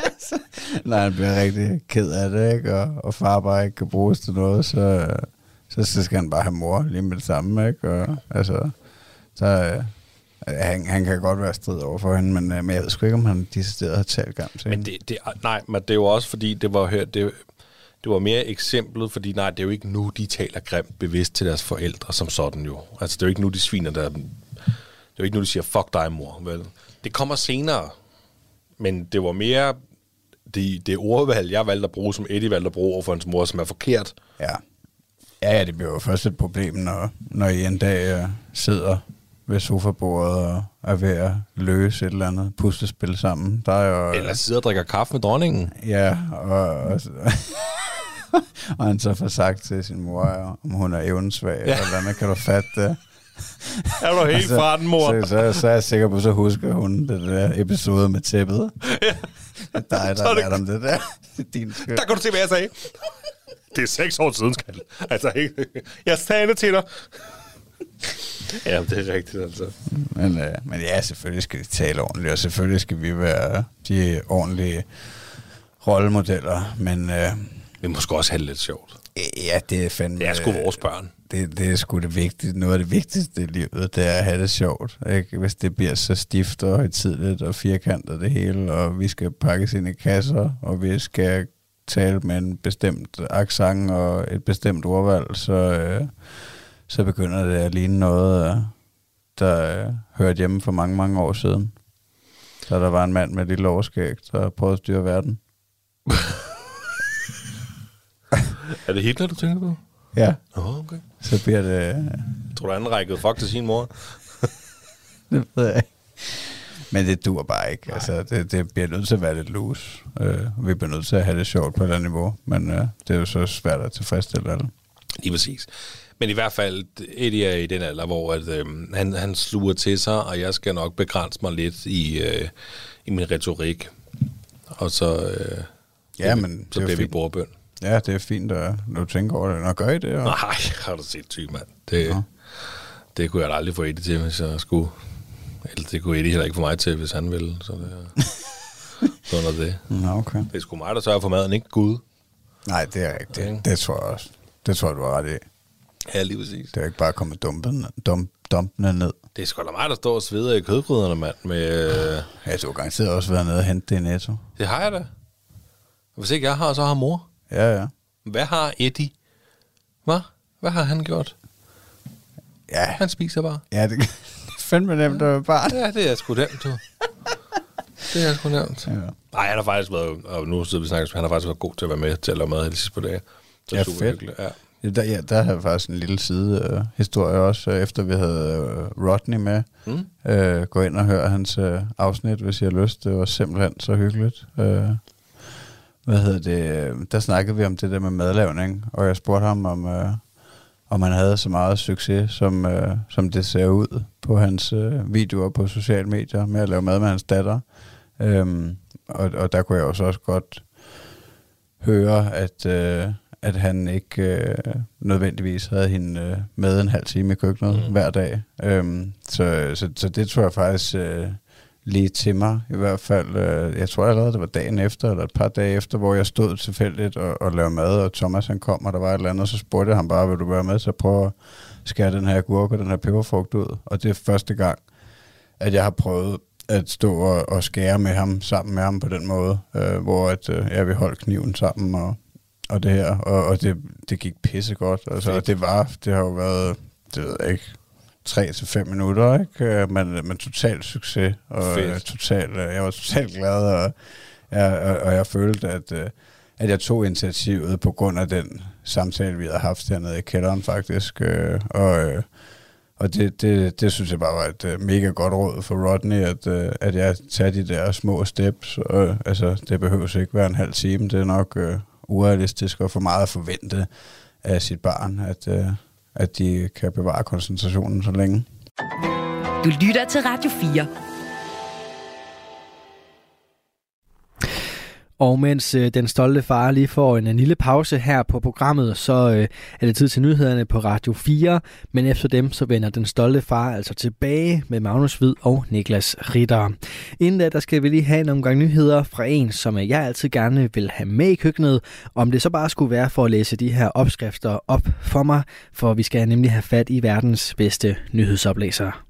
Nej, han bliver rigtig ked af det, ikke? Og, og far bare ikke kan bruges til noget, så, så, så skal han bare have mor lige med det samme, ikke? Og, altså, så, øh, han, han kan godt være strid over for hende, men, øh, men jeg ved sgu ikke, om han decideret har talt gammel til Men hende. det, det, er- nej, men det er jo også fordi, det var, her- det, det var mere eksemplet, fordi nej, det er jo ikke nu, de taler grimt bevidst til deres forældre som sådan jo. Altså, det er jo ikke nu, de sviner der. Det er jo ikke nu, de siger, fuck dig, mor. Vel? Det kommer senere, men det var mere det, det ordvalg, jeg valgte at bruge, som Eddie valgte at bruge over for hans mor, som er forkert. Ja. ja, ja, det bliver jo først et problem, når, når I en dag øh, sidder ved sofabordet og er ved at løse et eller andet puslespil sammen. Der er jo... Eller sidder og drikker kaffe med dronningen. Ja, og, og, og han så får sagt til sin mor, om hun er evnesvag, ja. eller hvad, kan du fatte det? Er du helt Så- Så, så, så er jeg sikker på, så husker hun den der episode med tæppet. Ja. Det er dig, der er har det- lært om det der. Det er din skyld. Der kan du se, hvad jeg sagde. Det er seks år siden, skal Altså, ikke- jeg sagde det til dig. Ja, det er rigtigt, altså. Men, øh, men ja, selvfølgelig skal de tale ordentligt, og selvfølgelig skal vi være de ordentlige rollemodeller. Men øh, Vi måske også have det lidt sjovt. ja, det er fandme... Det er sgu vores børn. det, det er sgu det vigtigste. Noget af det vigtigste i livet, det er at have det sjovt. Ikke? Hvis det bliver så stift og højtidligt og firkantet det hele, og vi skal pakkes ind i kasser, og vi skal tale med en bestemt accent og et bestemt ordvalg, så, øh, så begynder det at ligne noget, øh, der øh, hørte hjemme for mange, mange år siden. Så der var en mand med et lille overskæg, der prøvede at styre verden. Er det Hitler, du tænker på? Ja, Åh, okay. så bliver det... Tror du, han rækkede fuck til sin mor? det ved jeg ikke. Men det dur bare ikke. Altså, det, det bliver nødt til at være lidt loose. Øh, vi bliver nødt til at have det sjovt på et eller andet niveau. Men øh, det er jo så svært at tilfredsstille alle. Lige præcis. Men i hvert fald, Eddie er i den alder, hvor at, øhm, han, han sluger til sig, og jeg skal nok begrænse mig lidt i, øh, i min retorik. Og så, øh, Ja, så men det er bliver jo vi fint. bordbøn. Ja, det er fint, at når du tænker over det. Nå, gør I det? Og, Nej, har du set tyg, mand. Det, Nå. det kunne jeg da aldrig få Eddie til, hvis jeg skulle. Eller det kunne Eddie heller ikke få mig til, hvis han ville. Så det er sådan er det. Nå, okay. Det er sgu mig, der sørger for maden, ikke Gud. Nej, det er rigtigt. Okay. Det tror jeg også. Det tror jeg, du har ret i. Ja, lige præcis. Det er jo ikke bare at komme dumpen, dum, dumpene ned. Det er sgu da mig, der står og sveder i kødgryderne, mand. Med, øh, Ja, du har garanteret også været nede og hente det i Netto. det har jeg da. Hvis ikke jeg har, så har mor. Ja, ja. Hvad har Eddie? Hvad? Hvad har han gjort? Ja, Han spiser bare. ja det, det er fandme nemt at være barn. Ja, det er sgu nemt, du. Det er sgu nemt. Ja. Nej, han har faktisk været, og nu sidder vi og snakker, han har faktisk været god til at være med til at lave mad de sidste par dage. Det er Ja, super fedt. hyggeligt, Ja. Ja, der, ja, der havde jeg faktisk en lille side øh, historie også, øh, efter vi havde øh, Rodney med. Mm. Øh, gå ind og hør hans øh, afsnit, hvis I har lyst. Det var simpelthen så hyggeligt. Øh, hvad hedder det? øh, Der snakkede vi om det der med madlavning, og jeg spurgte ham, om, øh, om han havde så meget succes, som, øh, som det ser ud på hans øh, videoer på sociale medier, med at lave mad med hans datter. Øhm, og, og der kunne jeg jo så også godt høre, at, øh, at han ikke øh, nødvendigvis havde hende øh, med en halv time i køkkenet mm. hver dag. Øhm, så, så, så det tror jeg faktisk øh, lige til mig, i hvert fald. Øh, jeg tror allerede, det var dagen efter, eller et par dage efter, hvor jeg stod tilfældigt og, og lavede mad, og Thomas han kom, og der var et eller andet, og så spurgte jeg ham bare, vil du være med til at prøve at skære den her agurk og den her peberfrugt ud? Og det er første gang, at jeg har prøvet at stå og, og skære med ham, sammen med ham på den måde, øh, hvor at, øh, jeg vil holde kniven sammen og, og det her, og, og det, det gik pissegodt. Altså, og det var, det har jo været, det ved jeg ikke, tre til fem minutter, ikke? Øh, Men, men total succes, og Fedt. øh, total, øh, jeg var totalt glad, og, jeg, og, og jeg følte, at, øh, at jeg tog initiativet på grund af den samtale, vi havde haft hernede i kælderen faktisk, øh, og... Øh, og det, det, det synes jeg bare var et øh, mega godt råd for Rodney, at, øh, at jeg tager de der små steps. Og, altså, det behøver ikke være en halv time. Det er nok øh, urealistisk og for meget at forvente af sit barn, at, øh, at de kan bevare koncentrationen så længe. Du lytter til Radio 4. Og mens øh, den stolte far lige får en, en lille pause her på programmet, så øh, er det tid til nyhederne på Radio 4. Men efter dem, så vender den stolte far altså tilbage med Magnus Hvid og Niklas Ritter. Inden da, der skal vi lige have en omgang nyheder fra en, som øh, jeg altid gerne vil have med i køkkenet. Om det så bare skulle være for at læse de her opskrifter op for mig, for vi skal nemlig have fat i verdens bedste nyhedsoplæsere.